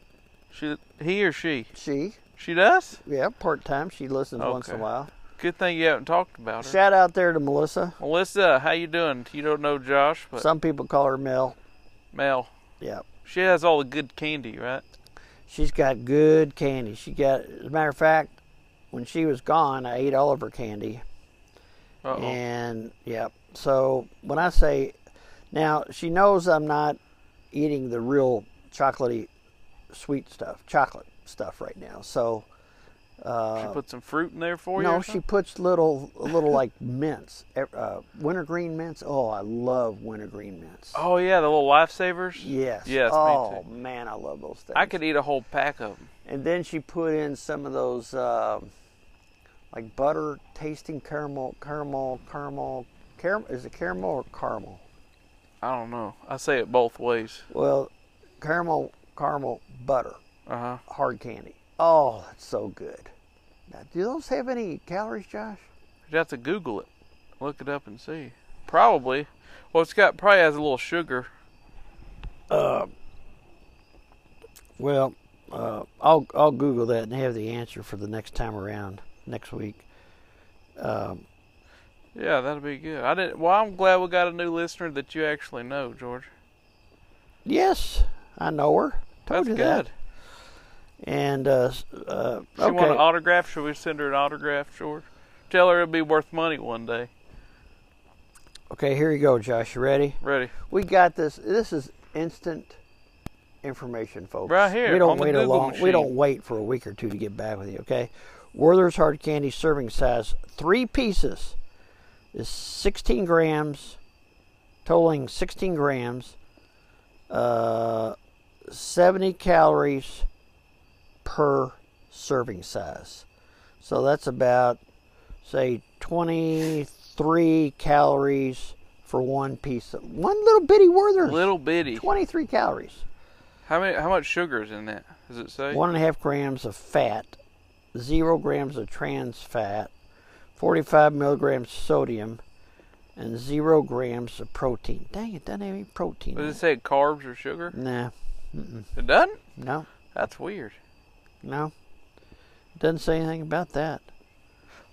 Speaker 2: She, he or she,
Speaker 1: She,
Speaker 2: she does.
Speaker 1: yeah, part time. She listens once in a
Speaker 2: Okay.
Speaker 1: while.
Speaker 2: Good thing you haven't talked about her.
Speaker 1: Shout out there to Melissa.
Speaker 2: Melissa, how you doing? You don't know Josh, but
Speaker 1: Some people call her Mel.
Speaker 2: Mel,
Speaker 1: Yeah.
Speaker 2: she has all the good candy, right?
Speaker 1: She's got good candy. She got, as a matter of fact, when she was gone, I ate all of her candy.
Speaker 2: Uh oh.
Speaker 1: And yeah, so when I say now, she knows I'm not eating the real chocolatey sweet stuff, chocolate stuff right now. So
Speaker 2: She put some fruit in there for you.
Speaker 1: no,
Speaker 2: or
Speaker 1: she
Speaker 2: something?
Speaker 1: puts little little like mints, eh, uh, wintergreen mints. Oh, I love wintergreen mints.
Speaker 2: Oh yeah, the little lifesavers.
Speaker 1: Yes.
Speaker 2: Yes, me
Speaker 1: Oh
Speaker 2: too.
Speaker 1: man, I love those things.
Speaker 2: I could eat a whole pack of them.
Speaker 1: And then she put in some of those um like butter tasting caramel, caramel, caramel, caramel. Is it caramel or caramel?
Speaker 2: I don't know. I say it both ways.
Speaker 1: Well, caramel, caramel butter,
Speaker 2: Uh huh.
Speaker 1: hard candy. Oh, that's so good. Now, do those have any calories, Josh?
Speaker 2: You'd have to Google it, look it up, and see. Probably. Well, it's got probably has a little sugar.
Speaker 1: Well, uh, I'll I'll Google that and have the answer for the next time around next week.
Speaker 2: Yeah, that'll be good. I didn't. Well, I'm glad we got a new listener that you actually know, George.
Speaker 1: Yes, I know her. Told
Speaker 2: That's
Speaker 1: you
Speaker 2: good.
Speaker 1: that. And uh, s- uh,
Speaker 2: She want an
Speaker 1: okay,
Speaker 2: autograph. Should we send her an autograph, George? Tell her it'll be worth money one day.
Speaker 1: okay. Here you go, Josh. You ready?
Speaker 2: Ready?
Speaker 1: We got this. This is instant information, folks.
Speaker 2: Right here,
Speaker 1: We don't
Speaker 2: on the
Speaker 1: wait a
Speaker 2: Google
Speaker 1: long. We
Speaker 2: machine.
Speaker 1: don't wait for a week or two to get back with you. Okay. Werther's hard candy serving size three pieces, is 16 grams, totaling 16 grams, uh, 70 calories per serving size. So that's about, say, 23 calories for one piece. Of, one little bitty Werther's.
Speaker 2: Little bitty.
Speaker 1: 23 calories.
Speaker 2: How many? How much sugar is in that? Does it say?
Speaker 1: One and a half grams of fat, zero grams of trans fat, 45 milligrams sodium, and zero grams of protein. Dang, it doesn't have any protein. in
Speaker 2: Does
Speaker 1: it.
Speaker 2: it say carbs or sugar?
Speaker 1: Nah, Mm-mm.
Speaker 2: It doesn't.
Speaker 1: no,
Speaker 2: That's weird.
Speaker 1: no. Doesn't say anything about that.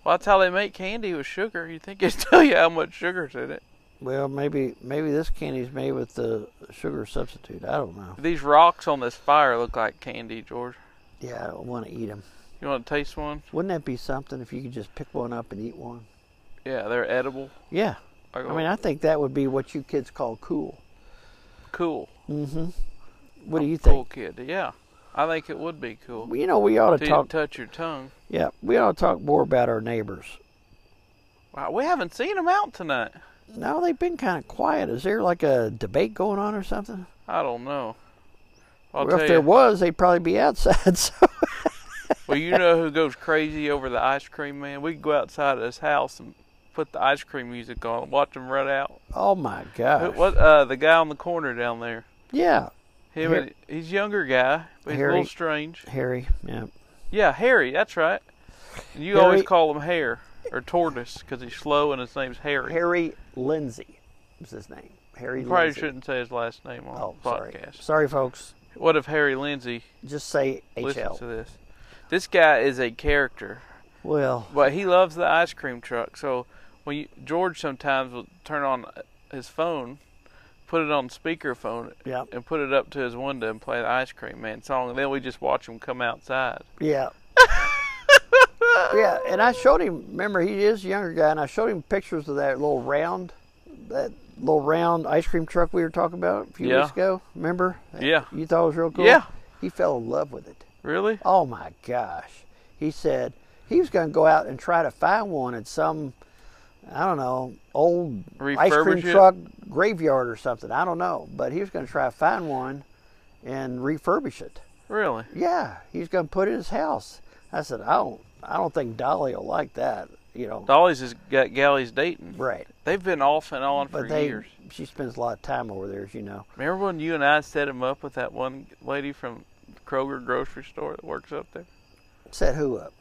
Speaker 2: Well, that's how they make candy with sugar. You think it'd tell you how much sugar's in it?
Speaker 1: Well, maybe maybe this candy's made with the sugar substitute. I don't know.
Speaker 2: These rocks on this fire look like candy, George.
Speaker 1: Yeah, I don't want to eat them.
Speaker 2: You want to taste one?
Speaker 1: Wouldn't that be something if you could just pick one up and eat one?
Speaker 2: Yeah, they're edible.
Speaker 1: Yeah.
Speaker 2: Like,
Speaker 1: I mean, I think that would be what you kids call cool.
Speaker 2: cool.
Speaker 1: Mm-hmm. What do
Speaker 2: I'm
Speaker 1: you
Speaker 2: a Cool
Speaker 1: think?
Speaker 2: kid. Yeah, I think it would be cool.
Speaker 1: Well, You know, we ought to
Speaker 2: Didn't
Speaker 1: talk.
Speaker 2: touch your tongue.
Speaker 1: Yeah, we ought to talk more about our neighbors.
Speaker 2: Wow, we haven't seen them out tonight.
Speaker 1: No, they've been kind of quiet. Is there like a debate going on or something?
Speaker 2: I don't know. I'll
Speaker 1: well,
Speaker 2: tell
Speaker 1: if there
Speaker 2: you.
Speaker 1: was, they'd probably be outside. So
Speaker 2: Well, you know who goes crazy over the ice cream man? We could go outside of his house and put the ice cream music on, and watch him run out.
Speaker 1: oh my
Speaker 2: Who-
Speaker 1: gosh.
Speaker 2: What? Uh, the guy on the corner down there.
Speaker 1: Yeah,
Speaker 2: Him.
Speaker 1: Har-
Speaker 2: and, he's a younger guy, but he's a
Speaker 1: Harry.
Speaker 2: little strange.
Speaker 1: Harry. Yeah.
Speaker 2: Yeah, Harry. That's right. And you always
Speaker 1: Harry-
Speaker 2: call him Hare or Tortoise because he's slow and his name's Harry.
Speaker 1: Harry Lindsay was his name. Harry
Speaker 2: You probably
Speaker 1: Lindsay.
Speaker 2: shouldn't say his last name on
Speaker 1: Oh,
Speaker 2: the
Speaker 1: sorry.
Speaker 2: podcast.
Speaker 1: Sorry, folks.
Speaker 2: What if Harry Lindsay
Speaker 1: Just say
Speaker 2: listens
Speaker 1: HL.
Speaker 2: to this? This guy is a character,
Speaker 1: Well,
Speaker 2: but he loves the ice cream truck. So when you, George sometimes will turn on his phone, put it on speakerphone,
Speaker 1: yeah,
Speaker 2: and put it up to his window and play the ice cream man song. And then we just watch him come outside.
Speaker 1: yeah. yeah, and I showed him, remember, he is a younger guy, and I showed him pictures of that little round, that little round ice cream truck we were talking about a few
Speaker 2: Yeah.
Speaker 1: weeks ago. Remember?
Speaker 2: Yeah.
Speaker 1: You thought it was real cool?
Speaker 2: Yeah.
Speaker 1: He fell in love with it.
Speaker 2: Really?
Speaker 1: Oh my gosh. He said he was going to go out and try to find one at some, I don't know, old ice cream
Speaker 2: Refurbish it?
Speaker 1: truck graveyard or something. I don't know. But he was going to try to find one and refurbish it.
Speaker 2: Really?
Speaker 1: Yeah, he's going to put it in his house. I said, I don't, I don't think Dolly will like that. You know,
Speaker 2: Dolly's has got Gally's dating.
Speaker 1: right.
Speaker 2: They've been off and on
Speaker 1: But
Speaker 2: for
Speaker 1: they,
Speaker 2: years.
Speaker 1: she spends a lot of time over there, as you know.
Speaker 2: Remember when you and I set him up with that one lady from Kroger grocery store that works up there?
Speaker 1: Set who up?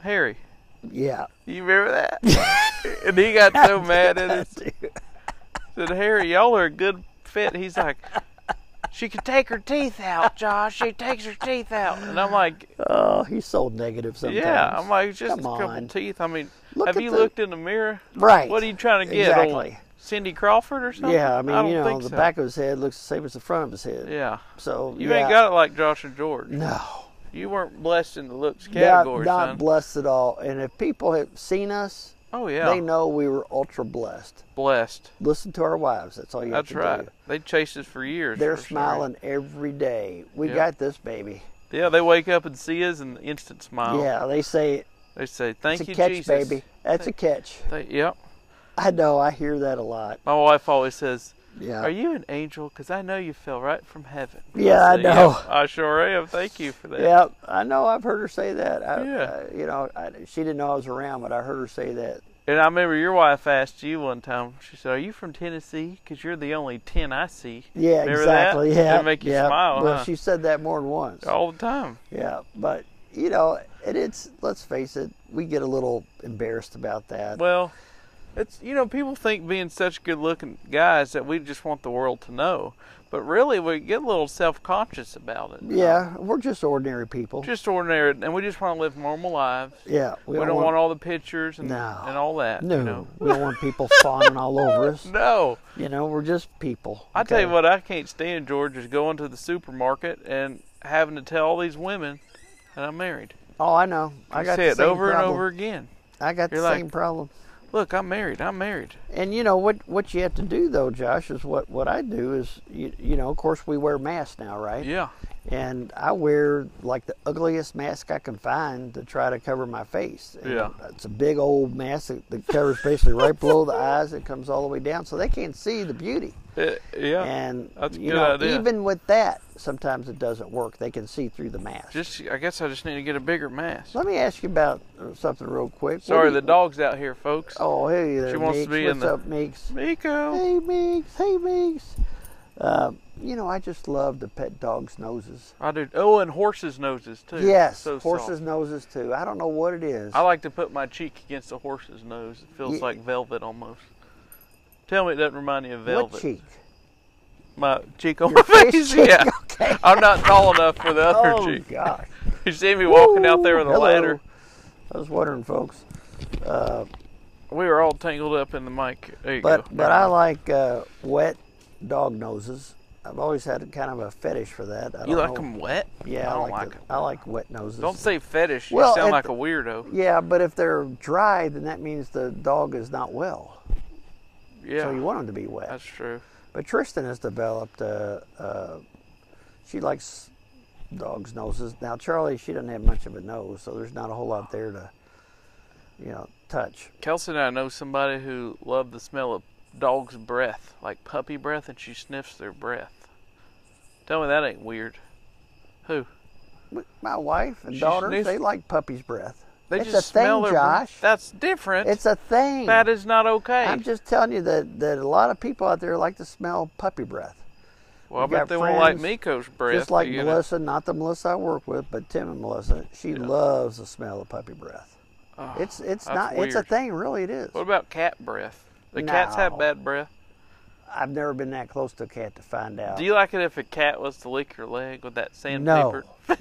Speaker 2: Harry.
Speaker 1: Yeah.
Speaker 2: You remember that? and he got so mad at us. Said, Harry, y'all are a good fit. He's like, she could take her teeth out, Josh. She takes her teeth out. And I'm like,
Speaker 1: Oh, he's so negative sometimes.
Speaker 2: yeah. I'm like, "It's just
Speaker 1: Come
Speaker 2: a couple
Speaker 1: on.
Speaker 2: teeth. I mean,
Speaker 1: Look
Speaker 2: have
Speaker 1: at
Speaker 2: you
Speaker 1: the-
Speaker 2: looked in the mirror?
Speaker 1: Right.
Speaker 2: What are you trying to get? Old
Speaker 1: Exactly.
Speaker 2: Cindy Crawford or something?
Speaker 1: Yeah, I mean,
Speaker 2: don't
Speaker 1: you know,
Speaker 2: think
Speaker 1: the
Speaker 2: so.
Speaker 1: back of his head looks the same as the front of his head.
Speaker 2: Yeah.
Speaker 1: So
Speaker 2: You
Speaker 1: yeah.
Speaker 2: ain't got it like Josh and George.
Speaker 1: no,
Speaker 2: You weren't blessed in the looks
Speaker 1: not,
Speaker 2: category,
Speaker 1: not
Speaker 2: son.
Speaker 1: blessed at all. And if people have seen us,
Speaker 2: oh yeah,
Speaker 1: they know we were ultra blessed.
Speaker 2: blessed.
Speaker 1: Listen to our wives. That's all you
Speaker 2: That's
Speaker 1: have to
Speaker 2: right.
Speaker 1: do.
Speaker 2: They chased us for years.
Speaker 1: They're
Speaker 2: for sure.
Speaker 1: smiling every day. We
Speaker 2: Yeah.
Speaker 1: got this baby.
Speaker 2: Yeah, they wake up and see us and instant smile.
Speaker 1: Yeah, they say
Speaker 2: They say, Oh. "Thank
Speaker 1: it's a
Speaker 2: you,
Speaker 1: catch,
Speaker 2: Jesus."
Speaker 1: baby. That's a catch.
Speaker 2: They, yep.
Speaker 1: I know. I hear that a lot.
Speaker 2: My wife always says,
Speaker 1: Yeah.
Speaker 2: "Are you an angel? Because I know you fell right from heaven."
Speaker 1: Yeah, I
Speaker 2: say,
Speaker 1: know.
Speaker 2: "Yep, I sure am. Thank you for that.
Speaker 1: Yeah, I know. I've heard her say that. I,
Speaker 2: Yeah.
Speaker 1: I, you know, I, she didn't know I was around, but I heard her say that.
Speaker 2: And I remember your wife asked you one time. She said, "Are you from Tennessee? Because you're the only ten I see."
Speaker 1: Yeah,
Speaker 2: Remember that?
Speaker 1: exactly. Yeah,
Speaker 2: They make you
Speaker 1: yeah.
Speaker 2: smile,
Speaker 1: Well,
Speaker 2: huh? Oh.
Speaker 1: she said that more than once.
Speaker 2: All the time.
Speaker 1: Yeah, but you know, and it's let's face it, we get a little embarrassed about that.
Speaker 2: Well, it's you know people think being such good-looking guys that we just want the world to know, but really we get a little self-conscious about it.
Speaker 1: yeah, we're just ordinary people.
Speaker 2: just ordinary, and we just want to live normal lives.
Speaker 1: yeah,
Speaker 2: We, don't want, all the pictures and
Speaker 1: No.
Speaker 2: and all that.
Speaker 1: no,
Speaker 2: you know?
Speaker 1: we don't want people fawning all over us.
Speaker 2: no.
Speaker 1: You know, we're just people.
Speaker 2: I tell you
Speaker 1: okay?
Speaker 2: what, I can't stand George is going to the supermarket and having to tell all these women that I'm married.
Speaker 1: Oh, I know. I
Speaker 2: You
Speaker 1: got
Speaker 2: say
Speaker 1: the
Speaker 2: it
Speaker 1: same
Speaker 2: over
Speaker 1: problem.
Speaker 2: and over again.
Speaker 1: I got the
Speaker 2: You're like-
Speaker 1: same problem.
Speaker 2: Look, I'm married. I'm married.
Speaker 1: And you know what? What you have to do though, Josh, is what what I do is you, you know, of course we wear masks now, right?
Speaker 2: Yeah.
Speaker 1: and I wear like the ugliest mask I can find to try to cover my face. And
Speaker 2: Yeah.
Speaker 1: it's a big old mask that, that covers basically right below the eyes. It comes all the way down, so they can't see the beauty.
Speaker 2: Eh, yeah.
Speaker 1: And
Speaker 2: that's a
Speaker 1: you
Speaker 2: good
Speaker 1: know,
Speaker 2: idea.
Speaker 1: even with that, sometimes it doesn't work. They can see through the mask.
Speaker 2: just I guess I just need to get a bigger mask.
Speaker 1: Let me ask you about uh, something real quick. What
Speaker 2: Sorry,
Speaker 1: do
Speaker 2: the
Speaker 1: you-
Speaker 2: dog's out here, folks.
Speaker 1: Oh, hey there,
Speaker 2: She wants to
Speaker 1: Meeks.
Speaker 2: be
Speaker 1: What's
Speaker 2: in the-
Speaker 1: up, Meeks?
Speaker 2: Miko.
Speaker 1: Hey, Meeks. Hey, Meeks. Uh, you know, I just love the pet dogs' noses.
Speaker 2: I do. Oh, and horses' noses too.
Speaker 1: yes,
Speaker 2: so
Speaker 1: horses'
Speaker 2: Soft.
Speaker 1: noses too. I don't know what it is.
Speaker 2: I like to put my cheek against the horse's nose. It feels
Speaker 1: Ye-
Speaker 2: like velvet almost. Tell me it doesn't remind you of velvet.
Speaker 1: what cheek?
Speaker 2: My cheek on
Speaker 1: Your
Speaker 2: my
Speaker 1: face
Speaker 2: face.
Speaker 1: cheek?
Speaker 2: Yeah.
Speaker 1: Okay.
Speaker 2: I'm not tall enough for the other
Speaker 1: oh
Speaker 2: cheek.
Speaker 1: gosh.
Speaker 2: You see me walking out there
Speaker 1: Woo,
Speaker 2: with a
Speaker 1: hello.
Speaker 2: ladder.
Speaker 1: I was wondering, folks. Uh,
Speaker 2: We were all tangled up in the mic. There you
Speaker 1: but
Speaker 2: go.
Speaker 1: but I like uh, wet dog noses. I've always had kind of a fetish for that. I
Speaker 2: You
Speaker 1: don't
Speaker 2: like
Speaker 1: know.
Speaker 2: them wet?
Speaker 1: Yeah,
Speaker 2: I don't
Speaker 1: like,
Speaker 2: like
Speaker 1: the-
Speaker 2: them.
Speaker 1: I like wet noses.
Speaker 2: Don't say fetish. You
Speaker 1: Well,
Speaker 2: sound
Speaker 1: at
Speaker 2: like
Speaker 1: the-
Speaker 2: a weirdo.
Speaker 1: Yeah, but if they're dry, then that means the dog is not well.
Speaker 2: Yeah,
Speaker 1: So you want them to be wet.
Speaker 2: that's true.
Speaker 1: But Tristan has developed. Uh, uh, she likes dogs' noses. Now Charlie, she doesn't have much of a nose, so there's not a whole lot there to, you know, touch.
Speaker 2: Kelsey and I know somebody who loved the smell of dog's breath, like puppy breath, and she sniffs their breath. Tell me that ain't weird. Who?
Speaker 1: But My wife and
Speaker 2: She
Speaker 1: daughter,
Speaker 2: sniffs-
Speaker 1: they like puppy's breath.
Speaker 2: They
Speaker 1: it's
Speaker 2: just
Speaker 1: a thing,
Speaker 2: smell their breath.
Speaker 1: Josh.
Speaker 2: That's different.
Speaker 1: It's a thing.
Speaker 2: that is not okay.
Speaker 1: I'm just telling you that, that a lot of people out there like to smell puppy breath.
Speaker 2: well, I
Speaker 1: we
Speaker 2: bet
Speaker 1: got
Speaker 2: they won't like
Speaker 1: friends,
Speaker 2: Miko's breath.
Speaker 1: Just like
Speaker 2: you know.
Speaker 1: Melissa, not the Melissa I work with, but Tim and Melissa, she loves the smell of puppy breath.
Speaker 2: Ugh,
Speaker 1: it's it's
Speaker 2: Ah, that's
Speaker 1: not it's a
Speaker 2: weird.
Speaker 1: thing, really. It is.
Speaker 2: What about cat breath? The cats have
Speaker 1: No.
Speaker 2: bad breath.
Speaker 1: I've never been that close to a cat to find out.
Speaker 2: Do you like it if a cat was to lick your leg with that sandpaper?
Speaker 1: no.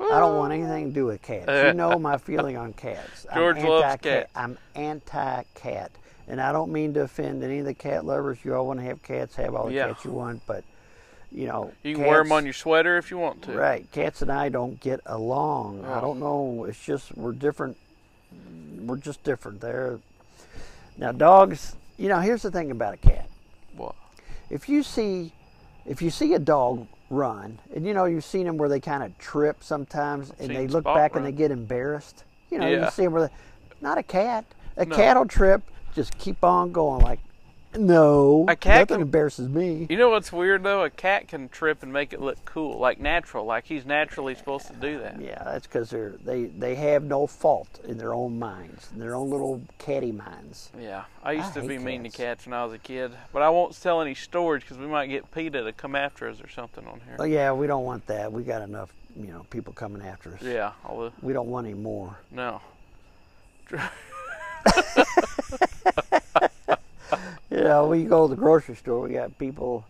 Speaker 1: I don't want anything to do with cats. You know my feeling on cats.
Speaker 2: George
Speaker 1: I'm
Speaker 2: loves
Speaker 1: anti-cat.
Speaker 2: cats.
Speaker 1: I'm anti-cat, and I don't mean to offend any of the cat lovers. You all want to have cats, have all the
Speaker 2: Yeah.
Speaker 1: cats you want, but you know
Speaker 2: You can wear 'em wear them
Speaker 1: cats-
Speaker 2: on your sweater if you want to.
Speaker 1: Right. Cats and I don't get along.
Speaker 2: Oh.
Speaker 1: I don't know. It's just we're different. We're just different there. Now dogs, you know, here's the thing about a cat.
Speaker 2: What?
Speaker 1: If you see if you see a dog run, and you know you've seen them where they kind of trip sometimes and
Speaker 2: Seen
Speaker 1: they look
Speaker 2: Spot
Speaker 1: back
Speaker 2: run.
Speaker 1: and they get embarrassed. You know,
Speaker 2: Yeah.
Speaker 1: you see them where they not a cat. A
Speaker 2: No.
Speaker 1: cat will trip, just keep on going like no.
Speaker 2: A cat
Speaker 1: nothing
Speaker 2: can-
Speaker 1: embarrasses me.
Speaker 2: You know what's weird though? A cat can trip and make it look cool, like natural, like he's naturally supposed to do that.
Speaker 1: Yeah, that's because they're they they have no fault in their own minds, in their own little catty minds.
Speaker 2: Yeah, I used
Speaker 1: I
Speaker 2: to be
Speaker 1: hate
Speaker 2: mean to
Speaker 1: cats.
Speaker 2: cats when I was a kid, but I won't tell any stories because we might get PETA to come after us or something on here.
Speaker 1: Oh yeah, we don't want that. We got enough, you know, people coming after us.
Speaker 2: yeah, I'll,
Speaker 1: We don't want any more.
Speaker 2: no.
Speaker 1: You know, we go to the grocery store. We got people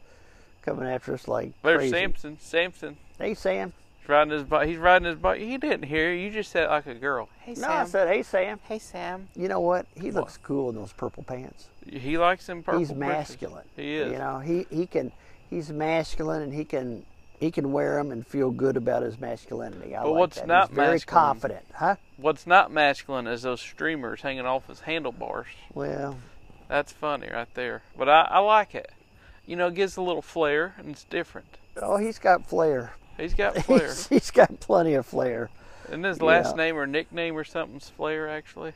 Speaker 1: coming after us like
Speaker 2: There's
Speaker 1: crazy.
Speaker 2: Samson. Samson,
Speaker 1: Hey Sam.
Speaker 2: he's riding his bike. He's riding his bike. He didn't hear you. You just said it like a girl. Hey
Speaker 1: No, I
Speaker 2: Sam.
Speaker 1: said, hey Sam.
Speaker 2: hey Sam.
Speaker 1: You know what? He looks cool in those purple pants.
Speaker 2: He likes him purple.
Speaker 1: he's
Speaker 2: princes.
Speaker 1: masculine.
Speaker 2: He is.
Speaker 1: You know, he he can he's masculine and he can he can wear them and feel good about his masculinity. I
Speaker 2: But
Speaker 1: like
Speaker 2: what's
Speaker 1: that.
Speaker 2: not
Speaker 1: he's very
Speaker 2: masculine?
Speaker 1: confident, huh?
Speaker 2: What's not masculine is those streamers hanging off his handlebars.
Speaker 1: Well,
Speaker 2: That's funny right there. But I, I like it. You know, it gives a little flair and it's different.
Speaker 1: oh, he's got flair.
Speaker 2: He's got flair.
Speaker 1: He's- he's got plenty of flair.
Speaker 2: Isn't his last
Speaker 1: Yeah.
Speaker 2: name or nickname or something's Flair actually?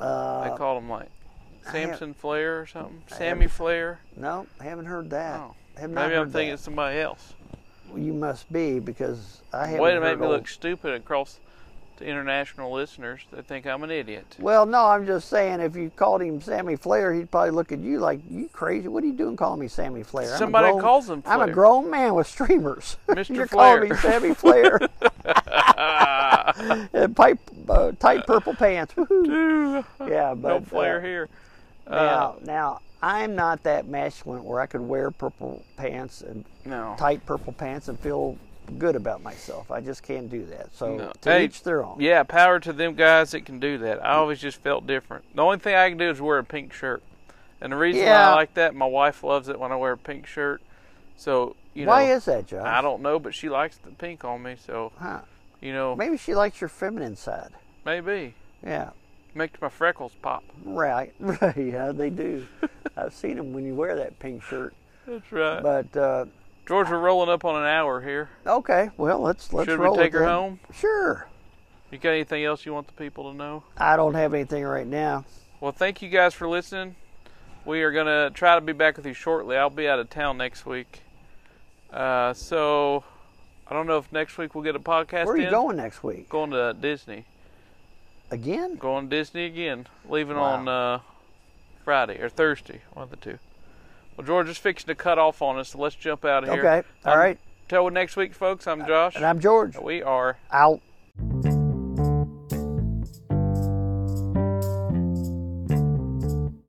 Speaker 1: Uh,
Speaker 2: they called him like
Speaker 1: I have-
Speaker 2: Samson Flair or something.
Speaker 1: have-
Speaker 2: Sammy Flair.
Speaker 1: no, haven't heard that.
Speaker 2: Oh.
Speaker 1: Have not
Speaker 2: Maybe I'm
Speaker 1: heard
Speaker 2: thinking
Speaker 1: that.
Speaker 2: it's somebody else.
Speaker 1: You must be because I haven't.
Speaker 2: Way to
Speaker 1: heard
Speaker 2: make me
Speaker 1: old-
Speaker 2: look stupid across to international listeners that think I'm an idiot.
Speaker 1: Well, no, I'm just saying if you called him Sammy Flair, he'd probably look at you like you crazy. What are you doing calling me Sammy Flair? I'm a
Speaker 2: Somebody
Speaker 1: grown-
Speaker 2: calls him
Speaker 1: I'm a
Speaker 2: Flair.
Speaker 1: grown man with streamers.
Speaker 2: Mr.
Speaker 1: You're calling me
Speaker 2: Flair.
Speaker 1: Sammy Flair. and pipe, uh, tight purple pants. Woohoo.
Speaker 2: Ooh,
Speaker 1: Yeah, but
Speaker 2: no
Speaker 1: uh,
Speaker 2: Flair here. Uh,
Speaker 1: Now, now I'm not that masculine where I could wear purple pants and
Speaker 2: No.
Speaker 1: tight purple pants and feel good about myself. I just can't do that. So
Speaker 2: No.
Speaker 1: to
Speaker 2: Hey,
Speaker 1: each their own.
Speaker 2: Yeah, power to them guys that can do that. I always just felt different. The only thing I can do is wear a pink shirt. And the reason
Speaker 1: Yeah.
Speaker 2: I like that, my wife loves it when I wear a pink shirt. So, you
Speaker 1: Why
Speaker 2: know,
Speaker 1: is that, Josh?
Speaker 2: I don't know, but she likes the pink on me. So,
Speaker 1: Huh.
Speaker 2: you know,
Speaker 1: Maybe she likes your feminine side.
Speaker 2: maybe.
Speaker 1: Yeah.
Speaker 2: Makes my freckles pop.
Speaker 1: Right. Right. Yeah, they do. I've seen them when you wear that pink shirt.
Speaker 2: That's right.
Speaker 1: But uh,
Speaker 2: George, we're rolling up on an hour here.
Speaker 1: Okay, well let's let's
Speaker 2: Should we
Speaker 1: roll
Speaker 2: take
Speaker 1: with
Speaker 2: her
Speaker 1: that.
Speaker 2: home?
Speaker 1: Sure.
Speaker 2: You got anything else you want the people to know?
Speaker 1: I don't have anything right now.
Speaker 2: Well, thank you guys for listening. We are going to try to be back with you shortly. I'll be out of town next week. Uh, so I don't know if next week we'll get a podcast
Speaker 1: Where are
Speaker 2: in.
Speaker 1: you going next week?
Speaker 2: Going to Disney.
Speaker 1: Again?
Speaker 2: Going to Disney again. Leaving
Speaker 1: Wow.
Speaker 2: on uh, Friday or Thursday, one of the two. Well, George is fixing to cut off on us, so let's jump out of here.
Speaker 1: Okay. All
Speaker 2: Um,
Speaker 1: right.
Speaker 2: Till next week, folks. I'm Josh.
Speaker 1: And I'm George.
Speaker 2: we are
Speaker 1: Out.